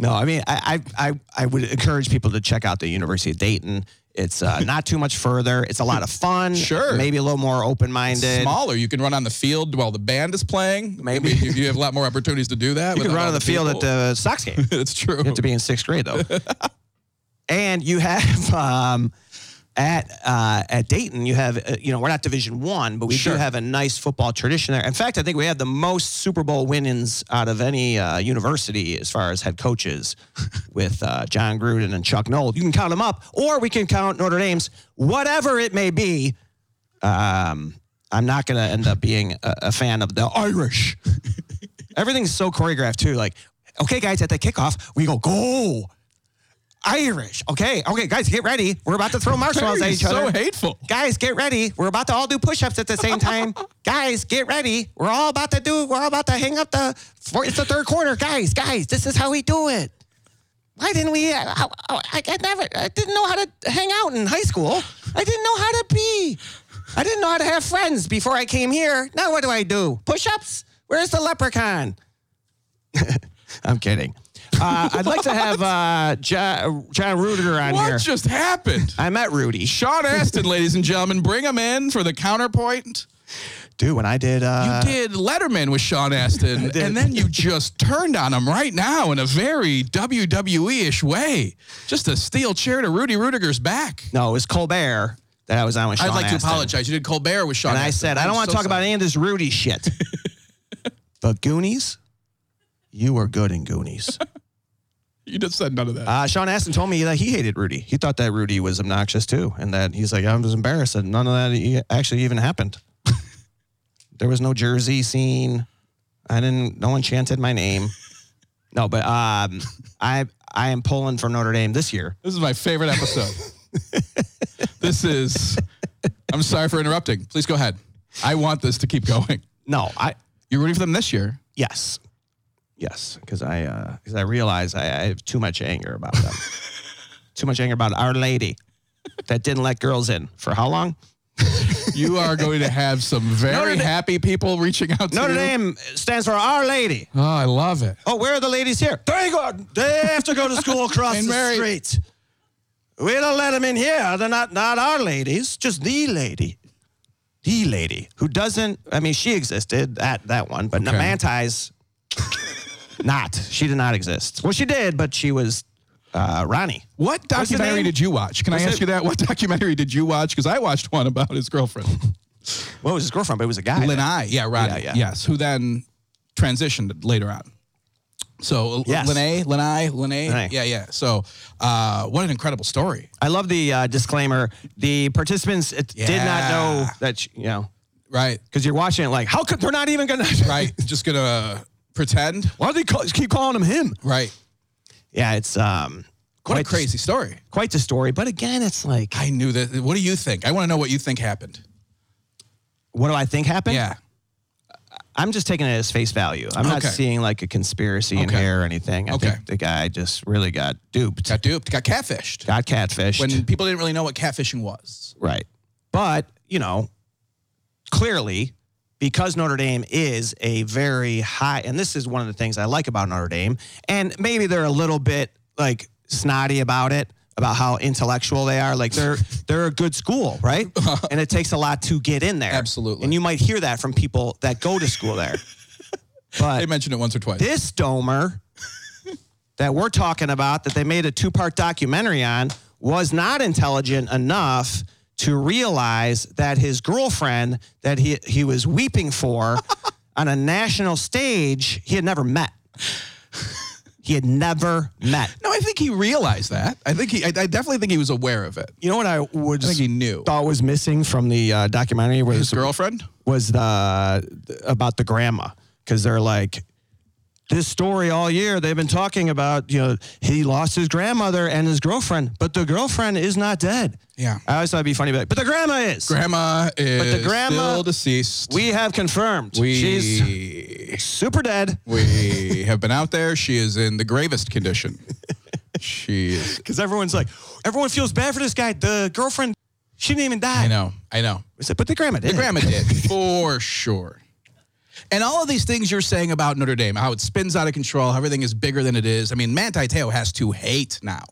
S1: No, I mean, I, I, I, I would encourage people to check out the University of Dayton. It's uh, not too much further. It's a lot of fun.
S2: Sure.
S1: Maybe a little more open minded.
S2: Smaller, you can run on the field while the band is playing.
S1: Maybe.
S2: I mean, you, you have a lot more opportunities to do that.
S1: You could run on the field at the Sox game.
S2: the. It's true.
S1: You have to be in sixth grade though. and you have um, at uh, at Dayton, you have uh, you know we're not Division One, but we
S2: Sure.
S1: do have a nice football tradition there. In fact, I think we have the most Super Bowl winnings out of any uh, university as far as head coaches, with uh, John Gruden and Chuck Noll. You can count them up, or we can count Notre Dame's, whatever it may be. Um, I'm not going to end up being a, a fan of the Irish. Everything's so choreographed too. Like, okay, guys, at the kickoff, we go go Irish. Okay, okay, guys, get ready. We're about to throw marshmallows at
S2: Very
S1: each
S2: so
S1: other.
S2: hateful.
S1: Guys, get ready. We're about to all do push-ups at the same time. guys, get ready. We're all about to do. We're all about to hang up the. For, it's the third quarter, guys. Guys, this is how we do it. Why didn't we? I, I, I- I never. I didn't know how to hang out in high school. I didn't know how to be. I didn't know how to have friends before I came here. Now what do I do? Push-ups? Where's the leprechaun? I'm kidding. Uh, I'd like to have uh, John, John Rudiger on
S2: What
S1: here.
S2: just happened?
S1: I met Rudy.
S2: Sean Aston, ladies and gentlemen, bring him in for the counterpoint.
S1: Dude, when I did, uh,
S2: you did Letterman with Sean Aston,
S1: did.
S2: and then you just turned on him right now in a very WWE-ish way. Just a steel chair to Rudy Rudiger's back.
S1: no, it was Colbert that I was on with Sean
S2: I'd like to
S1: Aston.
S2: apologize. You did Colbert with Sean.
S1: And I
S2: Astin.
S1: said, I
S2: I'm
S1: don't want to
S2: so
S1: talk about
S2: sorry.
S1: any of this Rudy shit. but Goonies, you were good in Goonies.
S2: You just said none of that.
S1: Uh, Sean Aston told me that he hated Rudy. He thought that Rudy was obnoxious too, and that he's like, I was embarrassed that none of that e- actually even happened. there was no jersey scene. I didn't. No one chanted my name. No, but um, I I am pulling for Notre Dame this year.
S2: this is my favorite episode. this is. I'm sorry for interrupting. Please go ahead. I want this to keep going.
S1: No, I
S2: You're rooting for them this year.
S1: yes, yes, because I because I realize I, I have too much anger about them. too much anger about Our Lady that didn't let girls in for how long?
S2: You are going to have some
S1: Notre
S2: very
S1: Dame-
S2: happy people reaching out to
S1: Notre
S2: you.
S1: Dame stands for Our Lady.
S2: Oh, I love it.
S1: Oh, where are the ladies here? They go. They have to go to school across
S2: And
S1: the
S2: married.
S1: street. We don't let them in here. They're not not our ladies. Just the lady, the lady who doesn't. I mean, she existed at that one, but
S2: Okay.
S1: Mantis, not. She did not exist. Well, she did, but she was uh, Ronnie.
S2: What
S1: What's the
S2: documentary
S1: name?
S2: did you watch? Can I
S1: What's
S2: ask
S1: it-
S2: you that? What documentary did you watch? Because I watched one about his girlfriend,
S1: What was his girlfriend? But it was a guy.
S2: Lanai. Yeah, Rodney.
S1: Yeah, yeah.
S2: Yes, who then transitioned later on. So
S1: Yes.
S2: Lanai, Lanai, Lanai.
S1: Lanai.
S2: Yeah, yeah. So uh, what an incredible story,
S1: I love the uh, disclaimer. The participants uh, did not
S2: Yeah.
S1: know that she- you know
S2: right?
S1: because you're watching it like how could they're not even gonna
S2: Right. Just gonna pretend,
S1: Why do they call, keep calling him him?
S2: right?
S1: Yeah, it's um
S2: What
S1: quite
S2: a crazy story.
S1: quite the story. But again, it's like,
S2: I knew that. What do you think? I want to know what you think happened.
S1: what do I think happened?
S2: Yeah.
S1: I'm just taking it as face value. I'm not
S2: Okay.
S1: seeing like a conspiracy in
S2: Okay.
S1: here or anything. I
S2: Okay.
S1: think the guy just really got duped, got,
S2: Got duped. Got catfished.
S1: catfished.
S2: when people didn't really know what catfishing was.
S1: right. But, you know, clearly, because Notre Dame is a very high, and this is one of the things I like about Notre Dame, and maybe they're a little bit like snotty about it, about how intellectual they are. Like they're they're a good school, right? And it takes a lot to get in there.
S2: Absolutely.
S1: And you might hear that from people that go to school there.
S2: They
S1: But
S2: mentioned it once or twice.
S1: this Domer that we're talking about, that they made a two part documentary on, was not intelligent enough to realize that his girlfriend that he, he was weeping for on a national stage, he had never met. He had never met.
S2: no, I think he realized that. I think he. I, I definitely think he was aware of it.
S1: You know what I would
S2: I think he knew.
S1: thought was missing from the uh, documentary was
S2: His girlfriend.
S1: was the about the grandma because they're like this story all year they've been talking about you know he lost his grandmother and his girlfriend but the girlfriend is not dead
S2: Yeah.
S1: i always thought it'd be funny but, like, but the grandma is
S2: Grandma
S1: the
S2: is
S1: grandma-
S2: still deceased.
S1: we have confirmed
S2: we
S1: she's super dead
S2: we have been out there. She is in the gravest condition. she is.
S1: because everyone's like everyone feels bad for this guy the girlfriend she didn't even die
S2: I know. I know.
S1: we said but the grandma did
S2: Grandma did for sure. And all of these things you're saying about Notre Dame, how it spins out of control, how everything is bigger than it is. I mean, Manti Te'o has to hate now,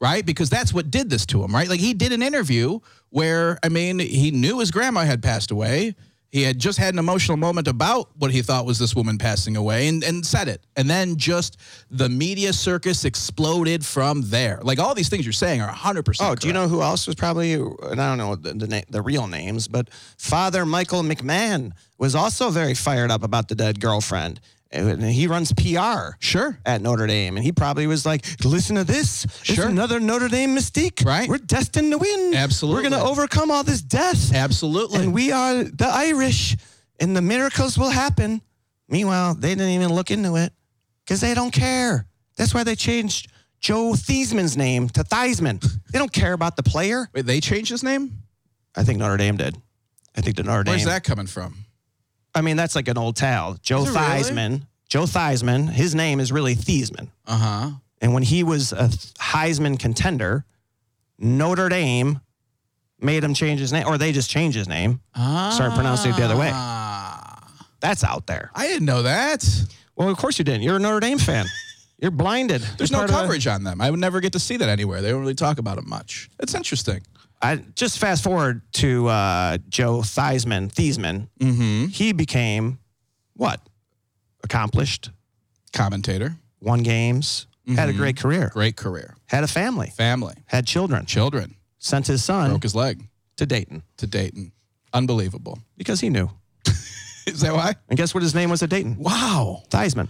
S2: right? Because that's what did this to him, right? Like he did an interview where, I mean, he knew his grandma had passed away. He had just had an emotional moment about what he thought was this woman passing away and, and said it. And then just the media circus exploded from there. Like all these things you're saying are 100%.
S1: Oh, do you know who else was probably? And I don't know the the, na- the real names, but Father Michael McMahon was also very fired up about the dead girlfriend, and he runs PR
S2: Sure.
S1: at Notre Dame, and he probably was like, "Listen to this, sure,
S2: Sure.
S1: another Notre Dame mystique.
S2: Right.
S1: we're destined to win. we're
S2: Absolutely.
S1: going to overcome all this death,
S2: Absolutely.
S1: and we are the Irish, and the miracles will happen." Meanwhile, they didn't even look into it because they don't care. That's why they changed Joe Theismann's name to Theismann. They don't care about the player.
S2: Wait, they changed his name?
S1: I think Notre Dame did. I think the Notre Dame.
S2: Where's that coming from?
S1: I mean, that's like an old tale. Joe
S2: Is it really?
S1: Theismann. Joe Theismann. His name is really Theismann.
S2: Uh huh.
S1: And when he was a Heisman contender, Notre Dame made him change his name, or they just changed his name. Started pronouncing it the other way.
S2: Ah. I
S1: That's out there.
S2: didn't know that.
S1: Well, of course you didn't. You're a Notre Dame fan. You're blinded.
S2: There's
S1: You're
S2: no
S1: part of the-
S2: coverage on them. I would never get to see that anywhere. They don't really talk about it much. It's interesting.
S1: I just fast forward to uh, Joe Theismann. Theismann.
S2: Mm-hmm.
S1: He became what? Accomplished.
S2: Commentator.
S1: Won games. Had a great career.
S2: Great career.
S1: Had a family.
S2: Family.
S1: had children,
S2: Children.
S1: sent his son
S2: Broke his leg
S1: to Dayton
S2: to Dayton. Unbelievable.
S1: because he knew.
S2: Is that why?
S1: And guess what his name was at Dayton?
S2: Wow.
S1: Theismann.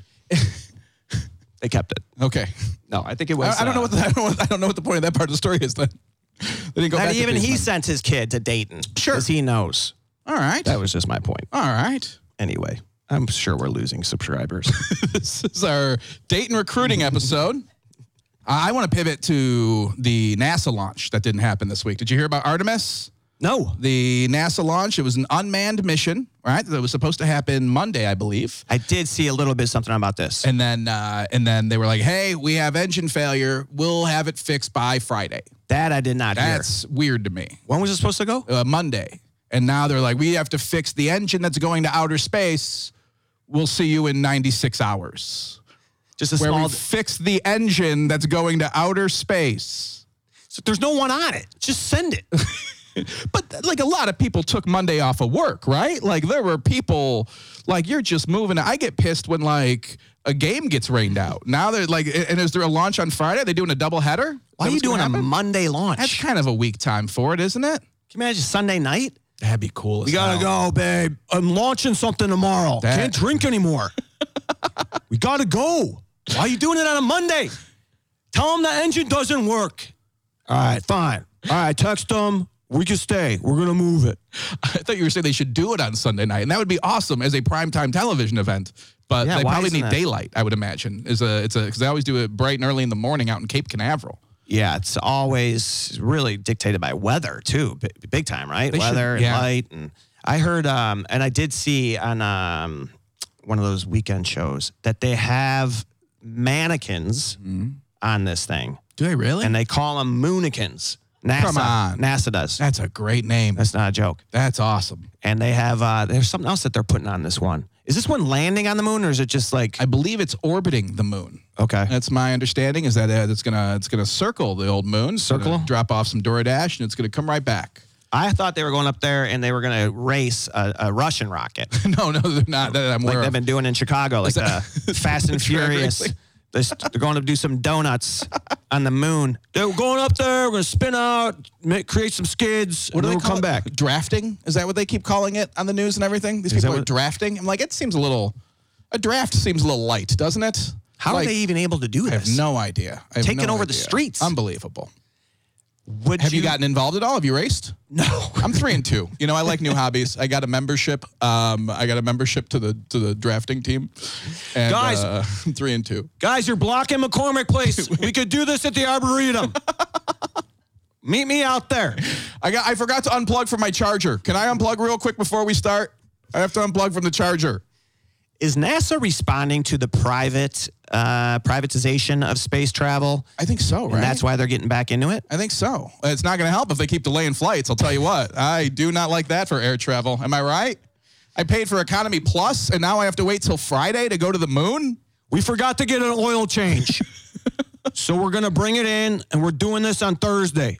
S1: they kept it.
S2: Okay.
S1: No, I think it was.
S2: I, I don't know what the, I, don't, I don't know what the point of that part of the story is. Then they didn't go
S1: and
S2: back. to
S1: even
S2: these
S1: he
S2: men.
S1: sent his kid to Dayton.
S2: Sure.
S1: Because he knows.
S2: All right.
S1: That was just my point.
S2: All right.
S1: Anyway, I'm sure we're losing subscribers.
S2: this is our Dayton recruiting episode. I want to pivot to the NASA launch that didn't happen this week. Did you hear about Artemis?
S1: no.
S2: The NASA launch, it was an unmanned mission, right? That was supposed to happen Monday, I believe.
S1: I did see a little bit something about this.
S2: And then uh, and then they were like, "Hey, we have engine failure. We'll have it fixed by Friday."
S1: That I did not hear.
S2: That's weird to me.
S1: When was it supposed to go?
S2: Uh, Monday. And now they're like, "We have to fix the engine that's going to outer space. We'll see you in 96 hours."
S1: Just a
S2: where
S1: small.
S2: we fix the engine that's going to outer space.
S1: So there's no one on it. Just send it.
S2: But like a lot of people took Monday off of work, right? Like there were people like you're just moving. I get pissed when like a game gets rained out. Now they're like, and is there a launch on Friday? Are they doing a double header?
S1: Why are you doing a Monday launch?
S2: That's kind of a weak time for it, isn't it?
S1: Can you imagine Sunday night?
S2: That'd be cool.
S1: We gotta go, babe. I'm launching something tomorrow.
S2: That-
S1: Can't drink anymore. we gotta go. Why are you doing it on a Monday? Tell them the engine doesn't work. All right, fine. All right, text them. We can stay. We're gonna move it.
S2: I thought you were saying they should do it on Sunday night, and that would be awesome as a primetime television event. But
S1: Yeah,
S2: they
S1: why
S2: probably
S1: isn't
S2: need
S1: it?
S2: daylight, I would imagine. Is a it's a because they always do it bright and early in the morning out in Cape Canaveral.
S1: Yeah, it's always really dictated by weather too, big, big time, right?
S2: should-
S1: weather
S2: yeah.
S1: and light, and I heard, um, and I did see on um, one of those weekend shows that they have mannequins
S2: Mm-hmm.
S1: on this thing.
S2: Do they really?
S1: and they call them Moonikins. NASA,
S2: Come on.
S1: NASA does.
S2: That's a great name. That's,
S1: That's not a joke.
S2: awesome.
S1: And they have uh, there's something else that they're putting on this one. Is this one landing on the moon or is it just like
S2: I believe it's orbiting the moon.
S1: okay?
S2: That's my understanding. Is that uh, it's gonna it's gonna circle the old moon, it's gonna
S1: Circle?
S2: drop off some DoorDash, and it's gonna come right back.
S1: I thought they were going up there and they were going to race a, a Russian rocket,
S2: no, no, they're not. That I'm
S1: like
S2: aware
S1: they've
S2: of.
S1: been doing in Chicago, like the Fast and Furious.
S2: Really?
S1: They're s- they're going to do some donuts on the moon. They're going up there. We're going to spin out, make, create some skids.
S2: What do
S1: and then
S2: they
S1: we'll
S2: call
S1: come
S2: it?
S1: back.
S2: Drafting? Is that what they keep calling it on the news and everything? These people
S1: that
S2: are
S1: what-
S2: drafting. I'm like, it seems a little. A draft seems a little light, doesn't it?
S1: How
S2: Like,
S1: are they even able to do
S2: I have
S1: this?
S2: no idea. I have
S1: Taking
S2: no
S1: over the
S2: idea.
S1: streets.
S2: Unbelievable.
S1: Would
S2: Have you, gotten involved at all? Have you raced?
S1: no?
S2: I'm three and two. You know, I like new hobbies. I got a membership. Um, I got a membership to the to the drafting team. And,
S1: Guys.
S2: uh, I'm three and two.
S1: Guys, you're blocking McCormick Place. we could do this at the Arboretum. Meet me out there.
S2: I got. I forgot to unplug from my charger. Can I unplug real quick before we start? I have to unplug from the charger.
S1: Is NASA responding to the private uh, privatization of space travel?
S2: I think so. Right.
S1: And that's why they're getting back into it.
S2: I think so. It's not going to help if they keep delaying flights. I'll tell you what. I do not like that for air travel. Am I right? I paid for economy plus, and now I have to wait till Friday to go to the moon.
S1: We forgot to get an oil change. so we're going to bring it in, and we're doing this on Thursday.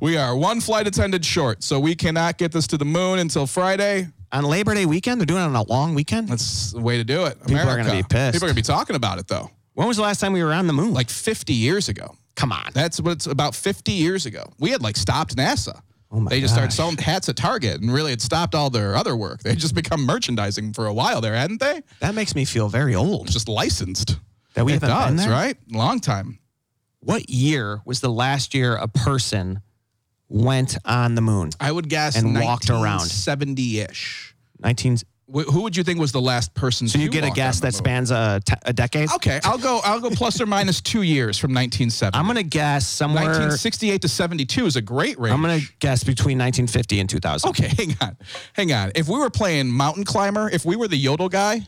S2: We are one flight attendant short, so we cannot get this to the moon until Friday.
S1: On Labor Day weekend, they're doing it on a long weekend.
S2: That's the way to do it.
S1: are
S2: America.
S1: gonna be pissed.
S2: People are going to be talking about it though.
S1: When was the last time we were on the moon?
S2: Like 50 years ago.
S1: come on.
S2: That's what it's about 50 years ago. We had like stopped NASA.
S1: Oh my
S2: they just started
S1: gosh.
S2: selling hats at Target and really had stopped all their other work. They had just become merchandising for a while there, hadn't they?
S1: That makes me feel very old.
S2: Just licensed.
S1: That we
S2: it
S1: haven't been
S2: does,
S1: there?
S2: right? Long time.
S1: What year was the last year a person went on the moon?
S2: I would guess
S1: And walked around.
S2: 70 ish.
S1: 19.
S2: Who would you think was the last person?
S1: So you get a guess that spans a, t- a decade?
S2: Okay, I'll go. I'll go plus or minus two years from 1970.
S1: I'm going to guess somewhere.
S2: 1968 to 72 is a great range.
S1: I'm going to guess between 1950 and 2000.
S2: Okay, hang on, hang on. If we were playing mountain climber, if we were the yodel guy,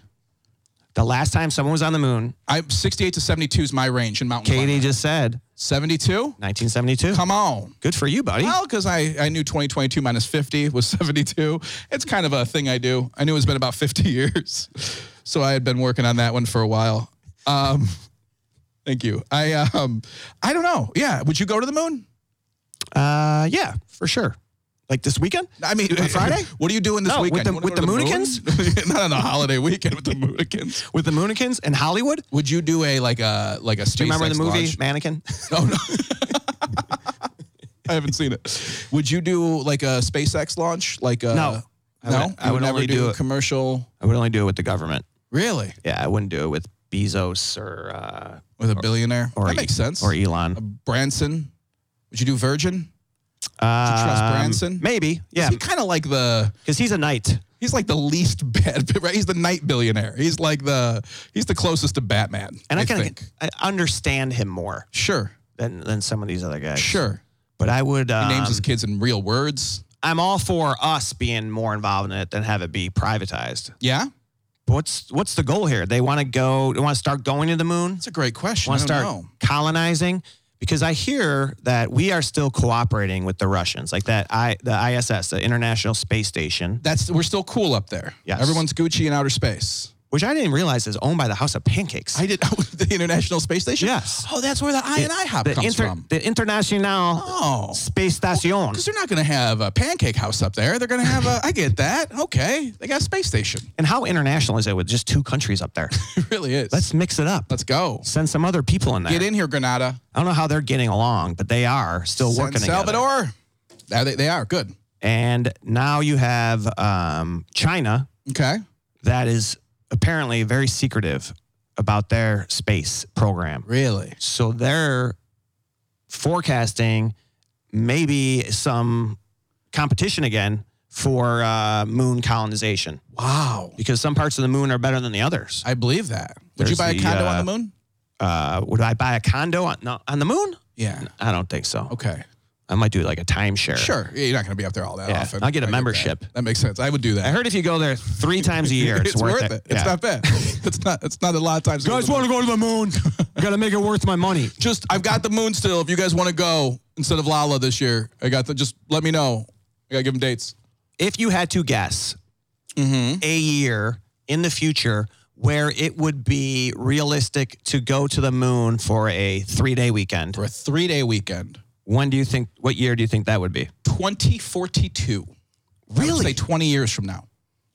S1: The last time someone was on the moon,
S2: I 68 to 72 is my range in mountain
S1: Katie
S2: climber.
S1: just said
S2: 72.
S1: 1972.
S2: Come on.
S1: Good for you, buddy.
S2: Well, because I, I knew 2022 minus 50 was 72. It's kind of a thing I do. I knew it's been about 50 years. So I had been working on that one for a while. Um, thank you. I um, I don't know. Yeah. Would you go to the moon?
S1: Uh, yeah, for sure. Like this weekend?
S2: I mean,
S1: On Friday?
S2: What are you doing this
S1: No, with
S2: weekend?
S1: the-
S2: You wanna
S1: with
S2: go
S1: the
S2: to moon?
S1: Moonikins?
S2: Not on a holiday weekend with the Moonikins.
S1: With the Moonikins and Hollywood? Do
S2: Would you do a like a like a
S1: you remember
S2: SpaceX
S1: the movie
S2: launch?
S1: Mannequin?
S2: Oh no. I haven't seen it. Would you do like a SpaceX launch? Like a
S1: No. I
S2: no,
S1: would- I
S2: You
S1: would
S2: never
S1: only do
S2: a
S1: it-
S2: commercial.
S1: I would only do it with the government.
S2: Really,
S1: Yeah, I wouldn't do it with Bezos or uh,
S2: with a billionaire?
S1: or
S2: that makes sense.
S1: or Elon.
S2: Branson? Would you do Virgin? trust
S1: Um,
S2: Branson?
S1: Maybe. Yeah,
S2: He kind of like the
S1: because he's a knight.
S2: he's like the least bad. Right? He's the night billionaire. He's like the he's the closest to Batman.
S1: And I,
S2: I
S1: kind
S2: think.
S1: of I understand him more
S2: Sure,
S1: than than some of these other guys.
S2: sure.
S1: But I would. Um,
S2: Names his kids in real words.
S1: I'm all for us being more involved in it than have it be privatized.
S2: Yeah,
S1: But what's what's the goal here? They want to go. They want to start going to the moon.
S2: that's a great question.
S1: Want
S2: I
S1: to
S2: don't
S1: start
S2: know.
S1: colonizing? Because I hear that we are still cooperating with the Russians, like that I the ISS, the International Space Station,
S2: That's we're still cool up there.
S1: Yes.
S2: everyone's Gucci in outer space.
S1: which I didn't realize is owned by the House of Pancakes.
S2: I did the International Space Station.
S1: Yes.
S2: Oh, that's where the I and I hop
S1: the,
S2: comes
S1: inter-
S2: from.
S1: the International
S2: Oh.
S1: Space Station.
S2: Because they're not going to have a pancake house up there. They're going to have a. I get that. Okay, they got a space station.
S1: and how international is it with just two countries up there?
S2: It really is.
S1: Let's mix it up.
S2: let's go.
S1: Send some other people in there.
S2: Get in here, Granada.
S1: I don't know how they're getting along, but they are still
S2: San
S1: working together.
S2: Salvador. There they, they are good.
S1: And now you have um, China
S2: Okay.
S1: that is apparently very secretive about their space program.
S2: Really.
S1: So they're forecasting maybe some competition again for uh, moon colonization
S2: Wow.
S1: because some parts of the moon are better than the others.
S2: I believe that. Would you
S1: There's
S2: buy a
S1: the,
S2: condo
S1: uh,
S2: on the moon?
S1: Uh, would I buy a condo on, no, on the moon?
S2: Yeah.
S1: I don't think so.
S2: Okay.
S1: I might do like a timeshare.
S2: Sure. Yeah, you're not going to be up there all that
S1: Yeah,
S2: often.
S1: I'll get a
S2: I that.
S1: membership.
S2: that makes sense. I would do that.
S1: I heard if you go there three times a year, it's, worth, it.
S2: It's not bad. it's not. It's not a lot of times.
S1: guys want to go to the moon? I gotta make it worth my money.
S2: just I've got the moon still. If you guys want to go instead of Lala this year, I got the. Just let me know. I gotta give them dates.
S1: If you had to guess
S2: Mm-hmm.
S1: a year in the future where it would be realistic to go to the moon for a three-day weekend,
S2: for a three day weekend.
S1: When do you think? What year do you think that would be?
S2: 2042. I would
S1: Really?
S2: say 20 years from now.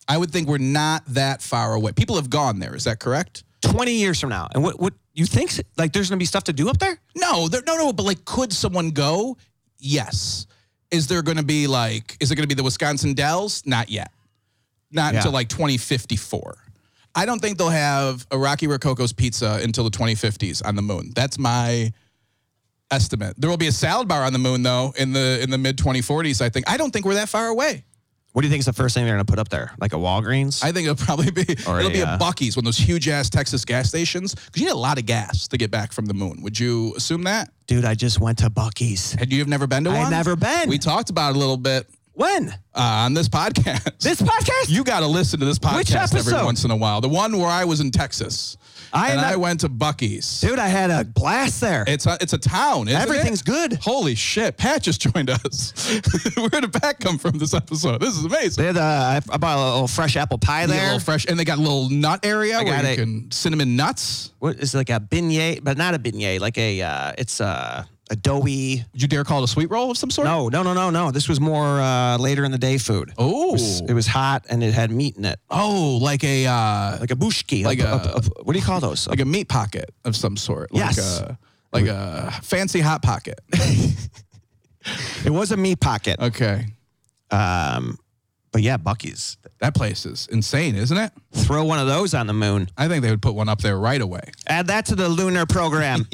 S2: I would think we're not that far away. People have gone there. Is that correct?
S1: Twenty years from now. And what? What you think? Like, there's gonna be stuff to do up there?
S2: No, there, no, no. But like, could someone go? Yes. Is there going to be like? Is it going to be the Wisconsin Dells? Not yet. Not
S1: Yeah.
S2: until like 2054. I don't think they'll have a Rocky Rococo's pizza until the 2050s on the moon. That's my estimate. There will be a salad bar on the moon though in the in the mid 2040s. I think. I don't think we're that far away.
S1: What do you think is the first thing they're gonna put up there? Like a Walgreens?
S2: I think it'll probably be
S1: Or
S2: it'll be
S1: a, uh,
S2: a Bucky's, one of those huge ass Texas gas stations, because you need a lot of gas to get back from the moon. Would you assume that?
S1: Dude, I just went to Bucky's.
S2: Had you have never been to
S1: I
S2: one?
S1: had never been.
S2: We talked about it a little bit
S1: When?
S2: uh, on this podcast.
S1: This podcast?
S2: you got to listen to this
S1: Which
S2: podcast every
S1: episode?
S2: once in a while. The one where I was in Texas
S1: I
S2: and
S1: am not-
S2: I went to Bucky's.
S1: Dude, I had a blast there.
S2: It's a, it's a town. Isn't it?
S1: Everything's good.
S2: Holy shit! Pat just joined us. Where did Pat come from this episode? This is amazing.
S1: They had a, I I bought a little fresh apple pie
S2: They get a
S1: there.
S2: little fresh, and they got a little nut area where
S1: got
S2: you
S1: it.
S2: can cinnamon nuts.
S1: what is it, like a beignet, but not a beignet, like a uh, it's uh, a doughy.
S2: Would you dare call it a sweet roll of some sort?
S1: No, no, no, no, no. This was more uh, later in the day food.
S2: Oh.
S1: It was, it was hot and it had meat in it,
S2: Oh, like a uh,
S1: like a bushki.
S2: Like a-
S1: what do you call those?
S2: like a meat pocket of some sort. Like
S1: Yes.
S2: A, like a fancy hot pocket.
S1: it was a meat pocket.
S2: okay.
S1: Um, but yeah, Bucky's.
S2: That place is insane, isn't it?
S1: Throw one of those on the moon.
S2: I think they would put one up there right away.
S1: Add that to the lunar program.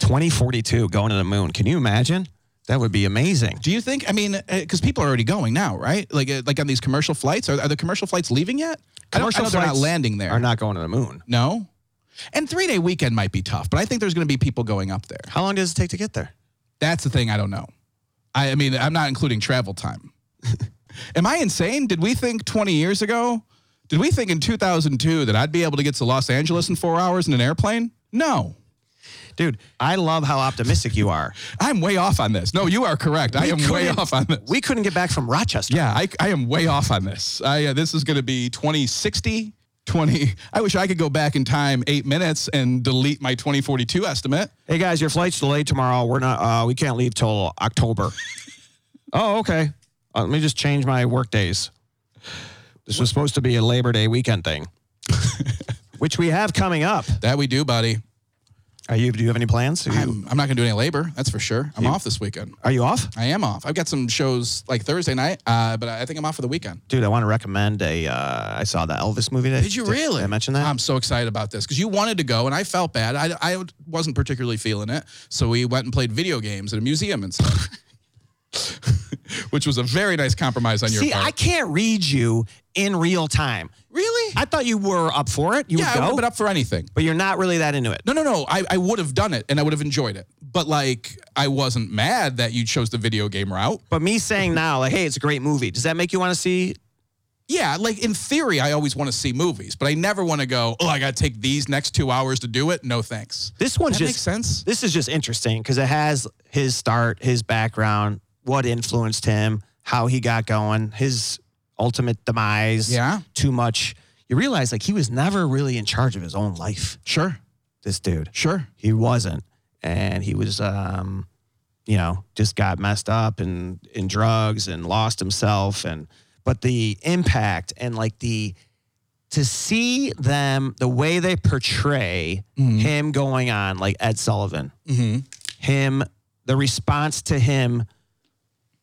S1: 2042 going to the moon. Can you imagine? That would be amazing.
S2: Do you think? I mean, because people are already going now, right? Like, uh, like on these commercial flights. Are, are the commercial flights leaving yet? I don't- I
S1: Commercial
S2: know they're not
S1: flights
S2: landing there.
S1: Are not going to the moon.
S2: no. And three day weekend might be tough, but I think there's going to be people going up there.
S1: How long does it take to get there?
S2: That's the thing I don't know. I, I mean, I'm not including travel time. Am I insane? Did we think 20 years ago? Did we think in 2002 that I'd be able to get to Los Angeles in four hours in an airplane? No.
S1: Dude, I love how optimistic you are.
S2: I'm way off on this. No, you are correct. I
S1: We
S2: am way
S1: couldn't-
S2: off on this.
S1: We couldn't get back from Rochester.
S2: Yeah, I, I am way off on this. I, uh, this is going to be 2060, 20. I wish I could go back in time eight minutes and delete my 2042 estimate.
S1: Hey guys, your flight's delayed tomorrow. We're not. Uh, we can't leave till October. oh, okay. Uh, let me just change my work days. This was supposed to be a Labor Day weekend thing, which we have coming up.
S2: That we do, buddy.
S1: Are you? Do you have any plans? Are you,
S2: I'm, I'm not going to do any labor. That's for sure. I'm off this weekend.
S1: are you off,
S2: I am off. I've got some shows like Thursday night, uh, but I think I'm off for the weekend.
S1: dude? I want to recommend a. Uh, I saw the Elvis movie. Did, I mention that.
S2: I'm so excited about this because you wanted to go, and I felt bad. I, I wasn't particularly feeling it, so we went and played video games at a museum instead, which was a very nice compromise on your
S1: See,
S2: part.
S1: I can't read you in real time.
S2: really?
S1: I thought you were up for it. You
S2: yeah,
S1: would
S2: I would
S1: go,
S2: have been up for anything.
S1: but you're not really that into it.
S2: No, no, no. I, I would have done it, and I would have enjoyed it. But like, I wasn't mad that you chose the video game route.
S1: But me saying now, like, hey, it's a great movie. Does that make you want to see?
S2: Yeah, like in theory, I always want to see movies, but I never want to go. Oh, I got to take these next two hours to do it. No thanks.
S1: This one's
S2: That
S1: just
S2: makes sense.
S1: this is just interesting because it has his start, his background, what influenced him, how he got going, his ultimate demise.
S2: Yeah.
S1: Too much. You realize like he was never really in charge of his own life.
S2: Sure.
S1: This dude.
S2: Sure.
S1: He wasn't. And he was um, you know, just got messed up and in drugs and lost himself and but the impact and like the to see them the way they portray him going on like Ed Sullivan
S2: Mm-hmm.
S1: him, the response to him,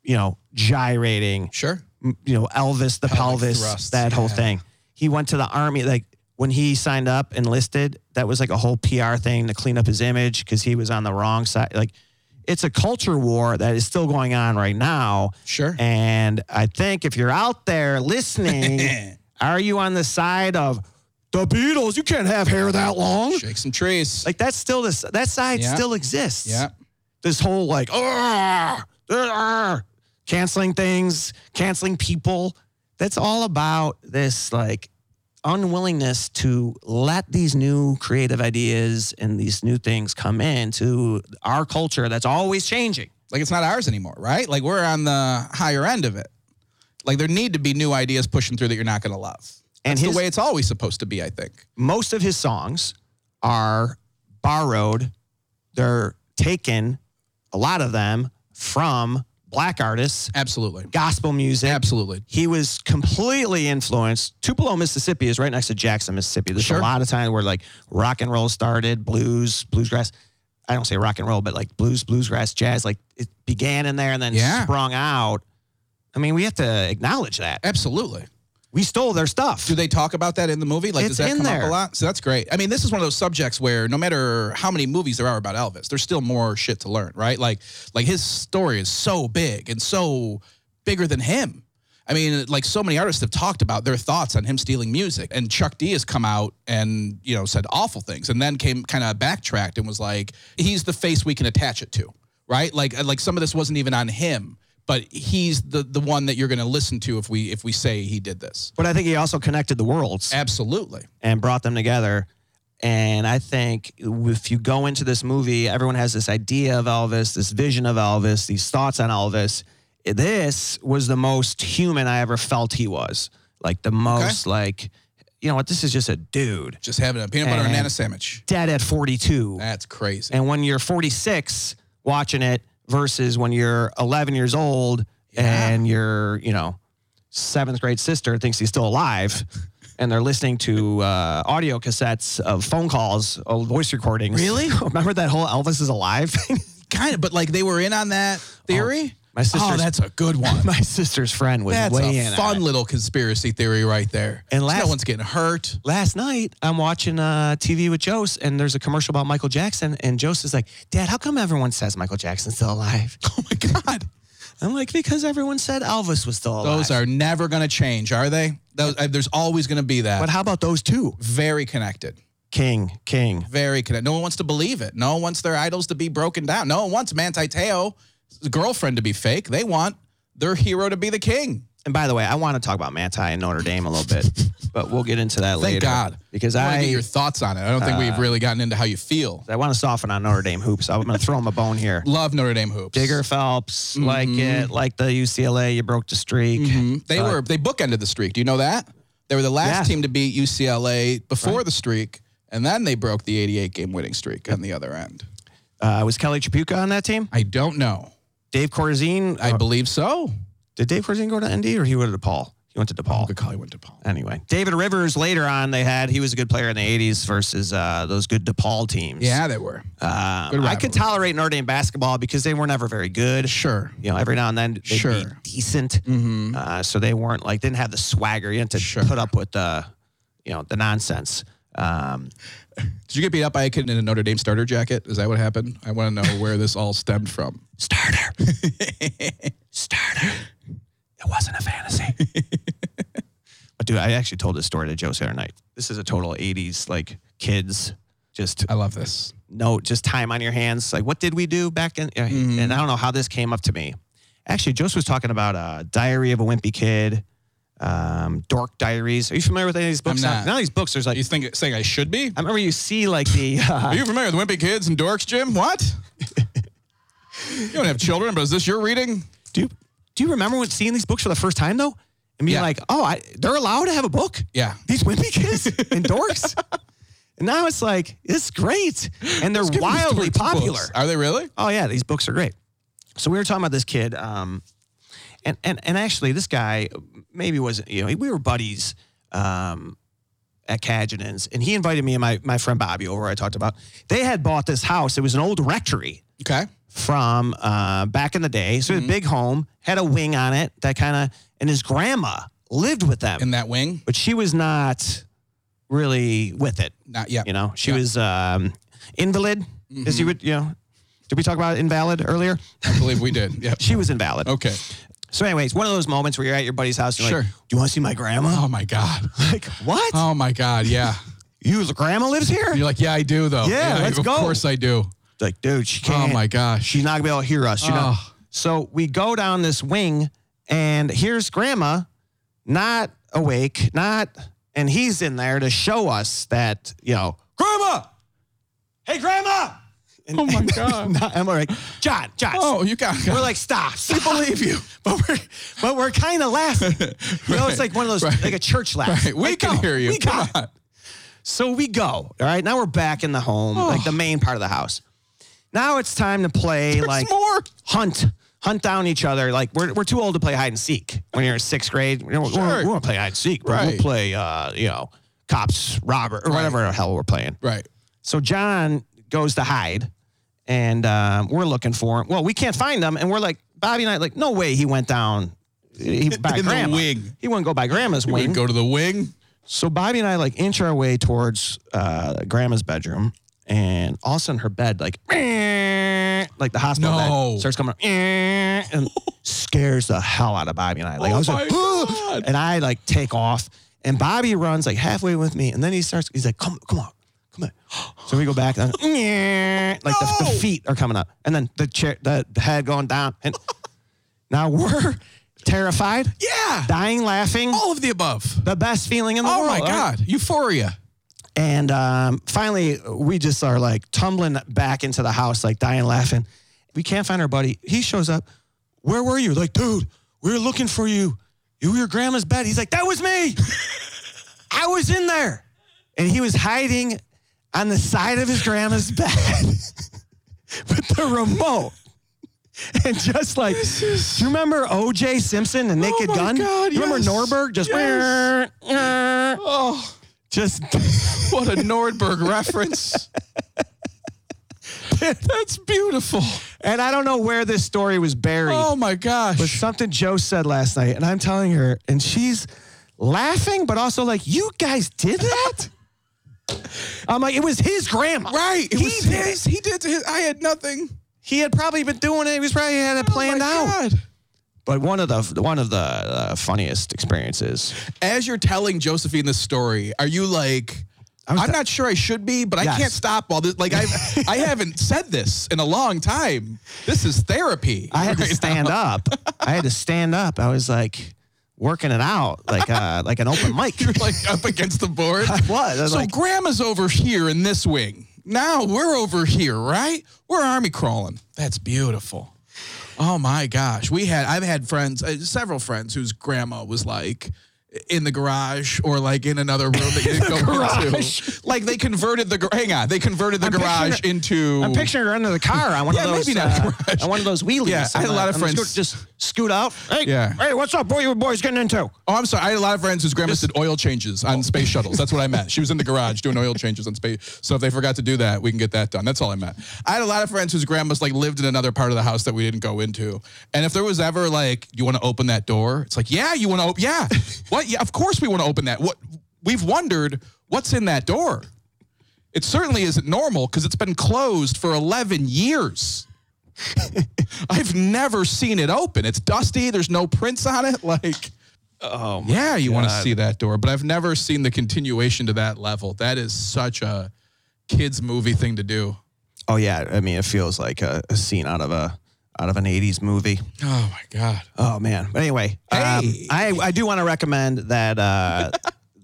S1: you know, gyrating,
S2: Sure.
S1: m- you know, Elvis, the
S2: Pelvic
S1: pelvis,
S2: thrusts,
S1: that whole
S2: yeah.
S1: thing. He went to the army, like when he signed up, enlisted, that was like a whole PR thing to clean up his image because he was on the wrong side. Like it's a culture war that is still going on right now.
S2: Sure.
S1: And I think if you're out there
S2: Eh.
S1: listening, are you on the side of the Beatles? You can't have hair that long.
S2: Shake some trees.
S1: Like that's still this that side
S2: Yeah.
S1: still exists
S2: yeah.
S1: this whole like "Argh! Argh!" canceling things, canceling people. That's all about this like unwillingness to let these new creative ideas and these new things come into our culture that's always changing.
S2: Like it's not ours anymore, right? Like we're on the higher end of it. Like there need to be new ideas pushing through that you're not going to love.
S1: And
S2: That's
S1: his-
S2: the way it's always supposed to be, I think.
S1: Most of his songs are borrowed, they're taken a lot of them from black artists,
S2: Absolutely.
S1: gospel music.
S2: Absolutely.
S1: He was completely influenced. Tupelo, Mississippi is right next to Jackson, Mississippi. There's
S2: Sure.
S1: a lot of time where like rock and roll started, blues, bluesgrass. I don't say rock and roll, but like blues, bluesgrass, jazz, like it began in there and then
S2: Yeah.
S1: sprung out. I mean, we have to acknowledge that.
S2: Absolutely.
S1: We stole their stuff.
S2: Do they talk about that in the movie? Like,
S1: It's
S2: does that
S1: in
S2: come up
S1: there.
S2: a lot? So that's great. I mean, this is one of those subjects where no matter how many movies there are about Elvis, there's still more shit to learn, right? Like, like his story is so big and so bigger than him. I mean, like so many artists have talked about their thoughts on him stealing music, and Chuck D has come out and you know said awful things, and then came kind of backtracked and was like, he's the face we can attach it to, right? Like, like some of this wasn't even on him, but he's the the one that you're going to listen to if we if we say he did this.
S1: but I think he also connected the worlds.
S2: Absolutely.
S1: and brought them together. And I think if you go into this movie, everyone has this idea of Elvis, this vision of Elvis, these thoughts on Elvis. This was the most human I ever felt he was. Like the most, like, you know what? This is just a dude
S2: Just having a peanut butter and
S1: And-
S2: banana sandwich.
S1: dead at 42.
S2: That's crazy.
S1: And when you're 46 watching it versus when you're 11 years old and your, you know, seventh grade sister thinks he's still alive and they're listening to uh, audio cassettes of phone calls, of voice recordings.
S2: Really?
S1: Remember that whole Elvis is alive thing?
S2: kind of, but like they were in on that theory.
S1: my sister's-
S2: Oh, that's a good one.
S1: My sister's friend was
S2: That's
S1: way in.
S2: a
S1: on
S2: fun
S1: it.
S2: little conspiracy theory right there.
S1: And
S2: So
S1: last-
S2: no one's getting hurt.
S1: Last night, I'm watching uh, TV with Jose, and there's a commercial about Michael Jackson. And Jose is like, Dad, how come everyone says Michael Jackson's still alive?
S2: Oh my God.
S1: I'm like, Because everyone said Elvis was still alive.
S2: Those are never going to change, are they? Those, uh, there's always going to be that.
S1: But how about those two?
S2: Very connected.
S1: King, King.
S2: Very connected. No one wants to believe it. No one wants their idols to be broken down. No one wants Manti Te'o's girlfriend to be fake. They want their hero to be the king.
S1: And by the way, I want to talk about Manti and Notre Dame a little bit, but we'll get into that later.
S2: Thank God.
S1: Because
S2: I want
S1: I,
S2: to get your thoughts on it. I don't think
S1: Uh,
S2: we've really gotten into how you feel.
S1: I want to soften on Notre Dame hoops. I'm going to throw him a bone here.
S2: Love Notre Dame hoops.
S1: Digger Phelps, like
S2: Mm-hmm.
S1: it, like the UCLA, you broke the streak.
S2: Mhm. They were they bookended the streak. Do you know that? They were the last
S1: Yeah.
S2: team to beat UCLA before the streak, and then they broke the 88 game winning streak on the other end. Mm-hmm.
S1: Uh, was Kelly Chapuka on that team?
S2: I don't know. Uh,
S1: Dave Corzine.
S2: I believe so.
S1: did Dave Corzine go to ND or he went to DePaul? He went to DePaul.
S2: Oh, Good call. He went to Paul.
S1: Anyway, David Rivers later on they had, he was a good player in the 80s versus uh, those good DePaul teams.
S2: Yeah, they were. Good
S1: Um, I
S2: rivalry.
S1: could tolerate Notre Dame basketball because they were never very good.
S2: Sure.
S1: you know, every now and then they'd be
S2: Sure.
S1: decent.
S2: Mm-hmm.
S1: Uh, so they weren't like didn't have the swagger. You had to
S2: Sure.
S1: put up with the, you know, the nonsense. Um,
S2: Did you get beat up by a kid in a Notre Dame starter jacket? Is that what happened? I want to know where this all stemmed from.
S1: starter, starter. It wasn't a fantasy. but dude, I actually told this story to Joe Saturday night. This is a total '80s like kids. Just
S2: I love this.
S1: no, just time on your hands. Like, what did we do back in? uh,
S2: Mm-hmm.
S1: And I don't know how this came up to me. Actually, Joseph was talking about uh, Diary of a Wimpy Kid, um, Dork Diaries. Are you familiar with any of these books?
S2: I'm
S1: Now-
S2: not.
S1: None of these books, there's like,
S2: You think saying I should be?
S1: I remember you see like the,
S2: Are
S1: uh,
S2: you familiar with Wimpy Kids and Dorks, Jim? What? you don't have children, but is this your reading?
S1: do, you, do you remember when seeing these books for the first time though? And being
S2: Yeah.
S1: like, oh, I, they're allowed to have a book?
S2: Yeah.
S1: These Wimpy Kids and Dorks? and now it's like, it's great. And they're
S2: Give me these
S1: wildly
S2: Dorks
S1: popular.
S2: books. Are they really?
S1: oh yeah, these books are great. So we were talking about this kid, um, and and and actually, this guy maybe wasn't. You know, we were buddies um, at Cagenans, and he invited me and my my friend Bobby over. I talked about they had bought this house. It was an old rectory
S2: Okay.
S1: from uh, back in the day. So it was a big home had a wing on it that kind of, and his grandma lived with them,
S2: In that wing?
S1: but she was not really with it.
S2: Not yet.
S1: You know, she
S2: Yeah.
S1: was um, invalid, as
S2: Mm-hmm.
S1: you would, you know. Did we talk about invalid earlier?
S2: I believe we did. Yep.
S1: She was invalid.
S2: Okay.
S1: So, anyways, one of those moments where you're at your buddy's house. And you're like,
S2: Oh. Sure.
S1: Do you want to see my grandma?
S2: Oh my God.
S1: Like, what?
S2: Oh my God. Yeah.
S1: you, the grandma lives here?
S2: You're like, yeah, I do though.
S1: Yeah, let's
S2: of
S1: go.
S2: course I do.
S1: Like, dude, she
S2: Oh
S1: can't.
S2: my gosh.
S1: She's not gonna be able to hear us. You know.
S2: Oh.
S1: So we go down this wing, and here's grandma, not awake, not, and he's in there to show us that you know, grandma. Hey, grandma. And,
S2: Oh, my God.
S1: not, I'm like, John, John.
S2: Oh, you got.
S1: We're like, stop. We believe you. But we're but we're kind of laughing. You know,
S2: Right,
S1: it's like one of those
S2: right,
S1: like a church laugh.
S2: we
S1: Like,
S2: can
S1: go,
S2: hear you.
S1: We
S2: Come
S1: got it.
S2: on.
S1: So we go. All right. Now we're back in the home, like the main part of the house. Now it's time to play
S2: There's
S1: like
S2: more.
S1: hunt, hunt down each other. Like we're, we're too old to play hide and seek when you're in sixth grade. We don't,
S2: Sure.
S1: want to play hide and seek, but
S2: Right.
S1: we'll play, uh, you know, cops, robber, or whatever the hell we're playing.
S2: Right.
S1: So John goes to hide, and um, we're looking for him. Well, we can't find him, and we're like Bobby and I, like no way he went down. He, by
S2: In the
S1: grandma.
S2: wing.
S1: He wouldn't go by grandma's
S2: We
S1: wing.
S2: go to the wing.
S1: so Bobby and I like inch our way towards uh, grandma's bedroom, and all of a sudden her bed like like the hospital
S2: No.
S1: bed starts coming up, and scares the hell out of Bobby and I. Like I
S2: Oh
S1: was like,
S2: my
S1: "Ooh,"
S2: God.
S1: and I like take off, and Bobby runs like halfway with me, and then he starts. He's like, come come on. Come on. So we go back and I'm, like the, the
S2: No.
S1: feet are coming up, and then the chair, the, the head going down, and now we're terrified,
S2: Yeah.
S1: dying laughing,
S2: All of the above.
S1: the best feeling in the
S2: Oh
S1: world.
S2: my
S1: right?
S2: God. Euphoria.
S1: And um, finally, we just are like tumbling back into the house, like dying laughing. We can't find our buddy. He shows up. Where were you? Like, dude, we were looking for you. You were your grandma's bed. He's like, that was me. I was in there. And he was hiding on the side of his grandma's bed with the remote. And just like, do you remember OJ Simpson and Naked
S2: Oh my
S1: Gun?
S2: God,
S1: you remember
S2: yes.
S1: Norberg? Just,
S2: Yes. Oh,
S1: just
S2: what a Nordberg reference. That's beautiful.
S1: And I don't know where this story was buried,
S2: Oh my
S1: but
S2: gosh.
S1: something Joe said last night, and I'm telling her, and she's laughing, but also like, you guys did that? I'm like, it was his grandma.
S2: Right. It
S1: he
S2: was
S1: did
S2: his.
S1: it.
S2: He did his. I had nothing.
S1: He had probably been doing it. He was probably had it planned
S2: oh my
S1: out.
S2: God.
S1: But one of the one of the uh, funniest experiences.
S2: As you're telling Josephine this story, are you like, I'm not sure I should be, but I
S1: Yes.
S2: can't stop all this. Like, I I haven't said this in a long time. This is therapy.
S1: I had to stand up. I had to stand up. I was like working it out, like uh, like an open mic.
S2: You're like up against the board. I
S1: was. I was
S2: so
S1: like-
S2: grandma's over here in this wing. Now we're over here, right? We're army crawling. That's beautiful. Oh my gosh. We had, I've had friends, uh, several friends whose grandma was like, in the garage or like in another room that you didn't go
S1: garage.
S2: into. Like they converted the, gar- hang on, they converted the
S1: picturing
S2: garage
S1: her-
S2: into.
S1: I'm picturing her under the car on one
S2: Yeah,
S1: of those.
S2: maybe not
S1: uh,
S2: garage.
S1: on one of those wheelies.
S2: Yeah, I had a
S1: on the-
S2: lot of
S1: on the
S2: friends-
S1: scooter. just scoot out. Hey,
S2: Yeah.
S1: hey, what's up? What are you boys getting into?
S2: Oh, I'm sorry. I had a lot of friends whose grandmas did oil changes on space shuttles. That's what I meant. She was in the garage doing oil changes on space. So if they forgot to do that, we can get that done. That's all I meant. I had a lot of friends whose grandmas like lived in another part of the house that we didn't go into. And if there was ever like, you want to open that door? It's like, yeah, you want to open? Yeah. What? Yeah, of course we want to open that. What? We've wondered what's in that door. It certainly isn't normal because it's been closed for 11 years. I've never seen it open. It's dusty. There's no prints on it. Like,
S1: Oh,
S2: yeah, you want to see that door, but I've never seen the continuation to that level. That is such a kids movie thing to do.
S1: oh yeah. I mean, it feels like a, a scene out of a out of an '80s movie.
S2: Oh my god.
S1: Oh man. But anyway, um,
S2: Hey.
S1: I I do want to recommend that uh,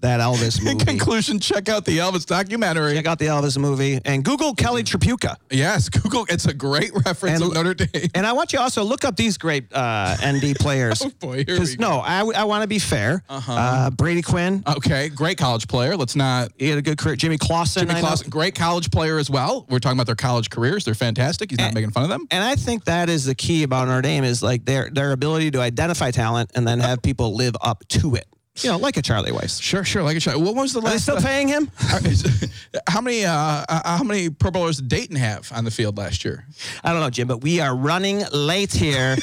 S1: that Elvis
S2: In
S1: movie.
S2: conclusion, check out the Elvis documentary.
S1: Check out the Elvis movie and Google Kelly Trapuka.
S2: yes, Google. It's a great reference
S1: And-
S2: of Notre Dame.
S1: And I want you also look up these great uh, ND players.
S2: Oh boy, here we
S1: Because no, I, I want to be fair. Uh-huh. Uh, Brady Quinn,
S2: Okay, great college player. Let's not.
S1: he had a good career. Jimmy Clausen,
S2: Jimmy
S1: I know.
S2: Clausen, great college player as well. We're talking about their college careers. They're fantastic. He's not making fun of them.
S1: and I think that is the key about Notre Dame is like their their ability to identify talent and then have people live up to it. You know, like a Charlie Weiss.
S2: Sure, sure. Like a shot. What was the
S1: Are they
S2: last?
S1: still paying him?
S2: how many? Uh, uh, how many Pro Bowlers did Dayton have on the field last year?
S1: I don't know, Jim, but we are running late here.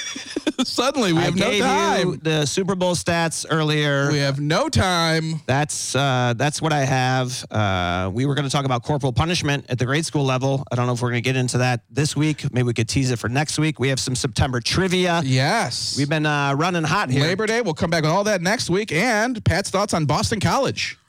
S2: Suddenly, we
S1: I
S2: have no
S1: gave
S2: time.
S1: you the Super Bowl stats earlier.
S2: We have no time.
S1: That's uh, that's what I have. Uh, we were going to talk about corporal punishment at the grade school level. I don't know if we're going to get into that this week. Maybe we could tease it for next week. We have some September trivia.
S2: Yes.
S1: We've been uh, running hot here.
S2: Labor Day. We'll come back with all that next week. And Pat's thoughts on Boston College.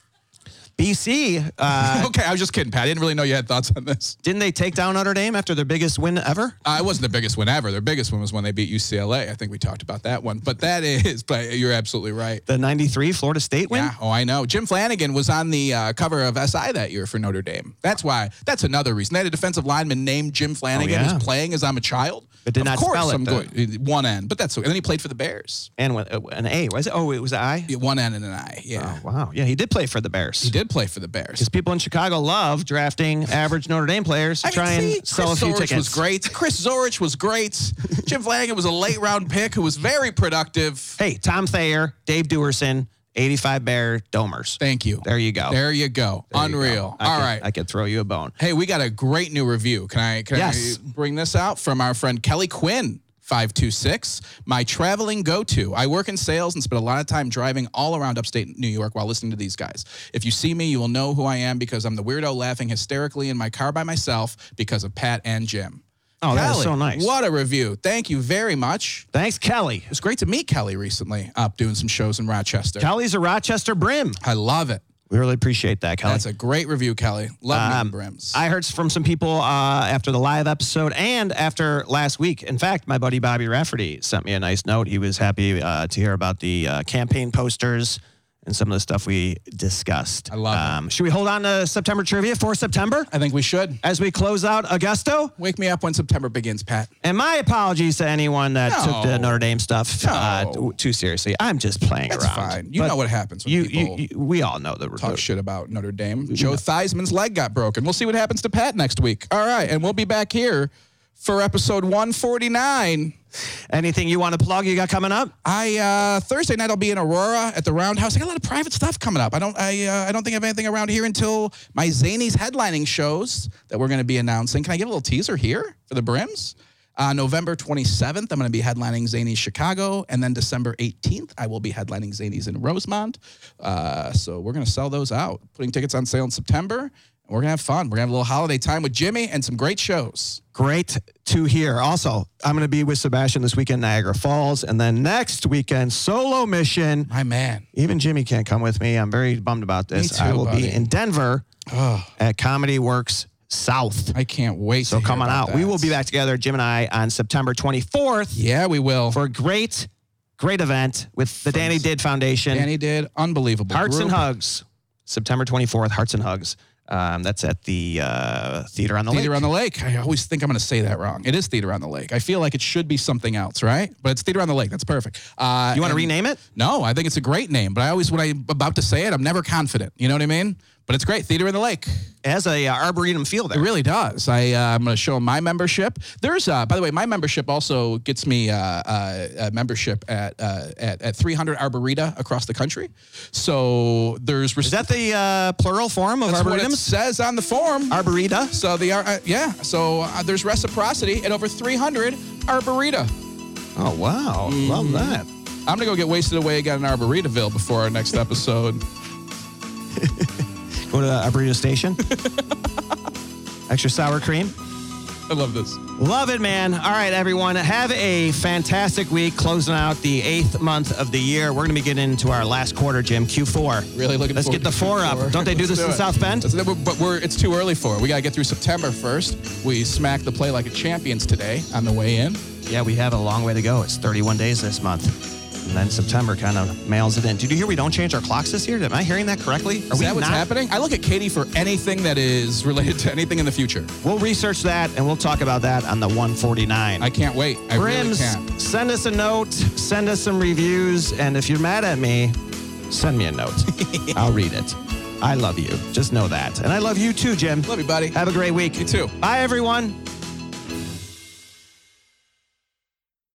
S1: BC uh,
S2: okay, I was just kidding, Pat. I didn't really know you had thoughts on this.
S1: didn't they take down Notre Dame after their biggest win ever?
S2: Uh, it wasn't their biggest win ever. Their biggest win was when they beat UCLA. I think we talked about that one. But that is, but you're absolutely right.
S1: the 93 Florida State win?
S2: Yeah. Oh, I know. Jim Flanagan was on the uh, cover of SI that year for Notre Dame. That's why. That's another reason. They had a defensive lineman named Jim Flanagan
S1: yeah.
S2: who's playing as I'm a child.
S1: But did
S2: of
S1: not
S2: course,
S1: spell it,
S2: I'm
S1: though.
S2: going uh, one end. But that's and then he played for the Bears.
S1: And when, uh, an A, was it? Oh, it was an I?
S2: Yeah, One end and an I. Yeah.
S1: Oh, wow. Yeah, he did play for the Bears.
S2: He did did play for the Bears.
S1: Because people in Chicago love drafting average Notre Dame players to
S2: I mean,
S1: try
S2: see,
S1: and sell
S2: Chris
S1: a few
S2: Zorich
S1: tickets.
S2: was great. Chris Zorich was great. Jim Flanagan was a late round pick who was very productive.
S1: Hey, Tom Thayer, Dave Dewerson, 85 Bear Domers.
S2: Thank you.
S1: There you go.
S2: There you go. Unreal.
S1: I
S2: All
S1: could,
S2: right.
S1: I could throw you a bone.
S2: Hey, we got a great new review. Can I can
S1: Yes.
S2: I bring this out from our friend Kelly Quinn? 526, my traveling go to. I work in sales and spend a lot of time driving all around upstate New York while listening to these guys. If you see me, you will know who I am because I'm the weirdo laughing hysterically in my car by myself because of Pat and Jim.
S1: Oh, that is
S2: Kelly,
S1: so nice.
S2: What a review. Thank you very much.
S1: Thanks, Kelly.
S2: It was great to meet Kelly recently up doing some shows in Rochester.
S1: Kelly's a Rochester Brim.
S2: I love it.
S1: We really appreciate that, Kelly.
S2: That's a great review, Kelly. Love meeting brims.
S1: Um, I heard from some people uh, after the live episode and after last week. In fact, my buddy Bobby Rafferty sent me a nice note. He was happy uh, to hear about the uh, campaign posters and some of the stuff we discussed. I
S2: love it.
S1: um, Should we hold on to September trivia for September
S2: I think we should.
S1: as we close out Augusto?
S2: Wake me up when September begins, Pat.
S1: And my apologies to anyone that
S2: No.
S1: took the Notre Dame stuff uh,
S2: No.
S1: t- too seriously. I'm just playing
S2: That's
S1: around.
S2: fine. You
S1: But
S2: know what happens when
S1: you, you,
S2: people
S1: you, we all know the
S2: talk shit about Notre Dame. Joe Theismann's leg got broken. We'll see what happens to Pat next week. All right, and we'll be back here for episode 149.
S1: Anything you want to plug? You got coming up?
S2: I uh, Thursday night I'll be in Aurora at the Roundhouse. I got a lot of private stuff coming up. I don't I uh, I don't think I have anything around here until my Zanies headlining shows that we're going to be announcing. Can I give a little teaser here for the Brims? Uh, November 27th, I'm going to be headlining Zanies Chicago, and then December 18th, I will be headlining Zanies in Rosemont. Uh, so we're going to sell those out, putting tickets on sale in September, and we're going to have fun. We're going to have a little holiday time with Jimmy and some great shows.
S1: Great to hear. Also, I'm going to be with Sebastian this weekend, Niagara Falls, and then next weekend, solo mission.
S2: My man,
S1: Even Jimmy can't come with me. I'm very bummed about this.
S2: too,
S1: I will
S2: buddy.
S1: be in Denver at Comedy Works South.
S2: I can't wait.
S1: So
S2: to hear
S1: come on out.
S2: about
S1: We
S2: that.
S1: will be back together, Jim and I, on September 24th
S2: Yeah, we will.
S1: for a great, great event with the Danny Did Foundation.
S2: Danny did unbelievable.
S1: Hearts and
S2: group.
S1: Hugs, September 24th, Hearts and Hugs. Um, that's at the uh, Theater on the
S2: Theater
S1: Lake.
S2: on the Lake. I always think I'm going to say that wrong. It is Theater on the Lake. I feel like it should be something else, right? But it's Theater on the Lake. That's perfect. Uh,
S1: you want to
S2: and-
S1: rename it?
S2: No, I think it's a great name. But I always, when I'm about to say it, I'm never confident. You know what I mean? But it's great. Theater on the Lake.
S1: It has a uh, Arboretum feel there.
S2: It really does. I, uh, I'm going to show 'em my membership. There's, uh, by the way, my membership also gets me uh, uh, a membership at, uh, at at 300 Arboreta across the country. So there's
S1: Is that the uh, plural form of
S2: That's what it
S1: arboretums?
S2: says on the form.
S1: Arboreta.
S2: So the ar- uh, yeah, so uh, there's reciprocity at over 300 Arboreta.
S1: Oh wow,
S2: Mm.
S1: love that.
S2: I'm gonna go get wasted away again in Arboretaville before our next episode.
S1: Go to Arboreta Station. Extra sour cream.
S2: I love this.
S1: Love it, man. All right, everyone. Have a fantastic week closing out the eighth month of the year. We're going to be getting into our last quarter, Jim, Q4.
S2: Really looking.
S1: Let's
S2: forward
S1: get the
S2: to
S1: four up. Don't they do
S2: Let's
S1: this in
S2: it.
S1: South Bend?
S2: Let's do it, But we're it's too early for it. We gotta get through September first. We smack the play like a champions today on the way in.
S1: Yeah, we have a long way to go. It's 31 days this month. And then September kind of mails it in. Did you hear we don't change our clocks this year? Am I hearing that correctly? Are
S2: Is
S1: we
S2: that what's
S1: not-
S2: happening? I look at Katie for anything that is related to anything in the future.
S1: We'll research that and we'll talk about that on the 149.
S2: I can't wait. I really
S1: Brims,
S2: can't.
S1: send us a note, send us some reviews, and if you're mad at me, send me a note. I'll read it. I love you. Just know that. And I love you too, Jim.
S2: Love you, buddy.
S1: Have a great week.
S2: You too.
S1: Bye, everyone.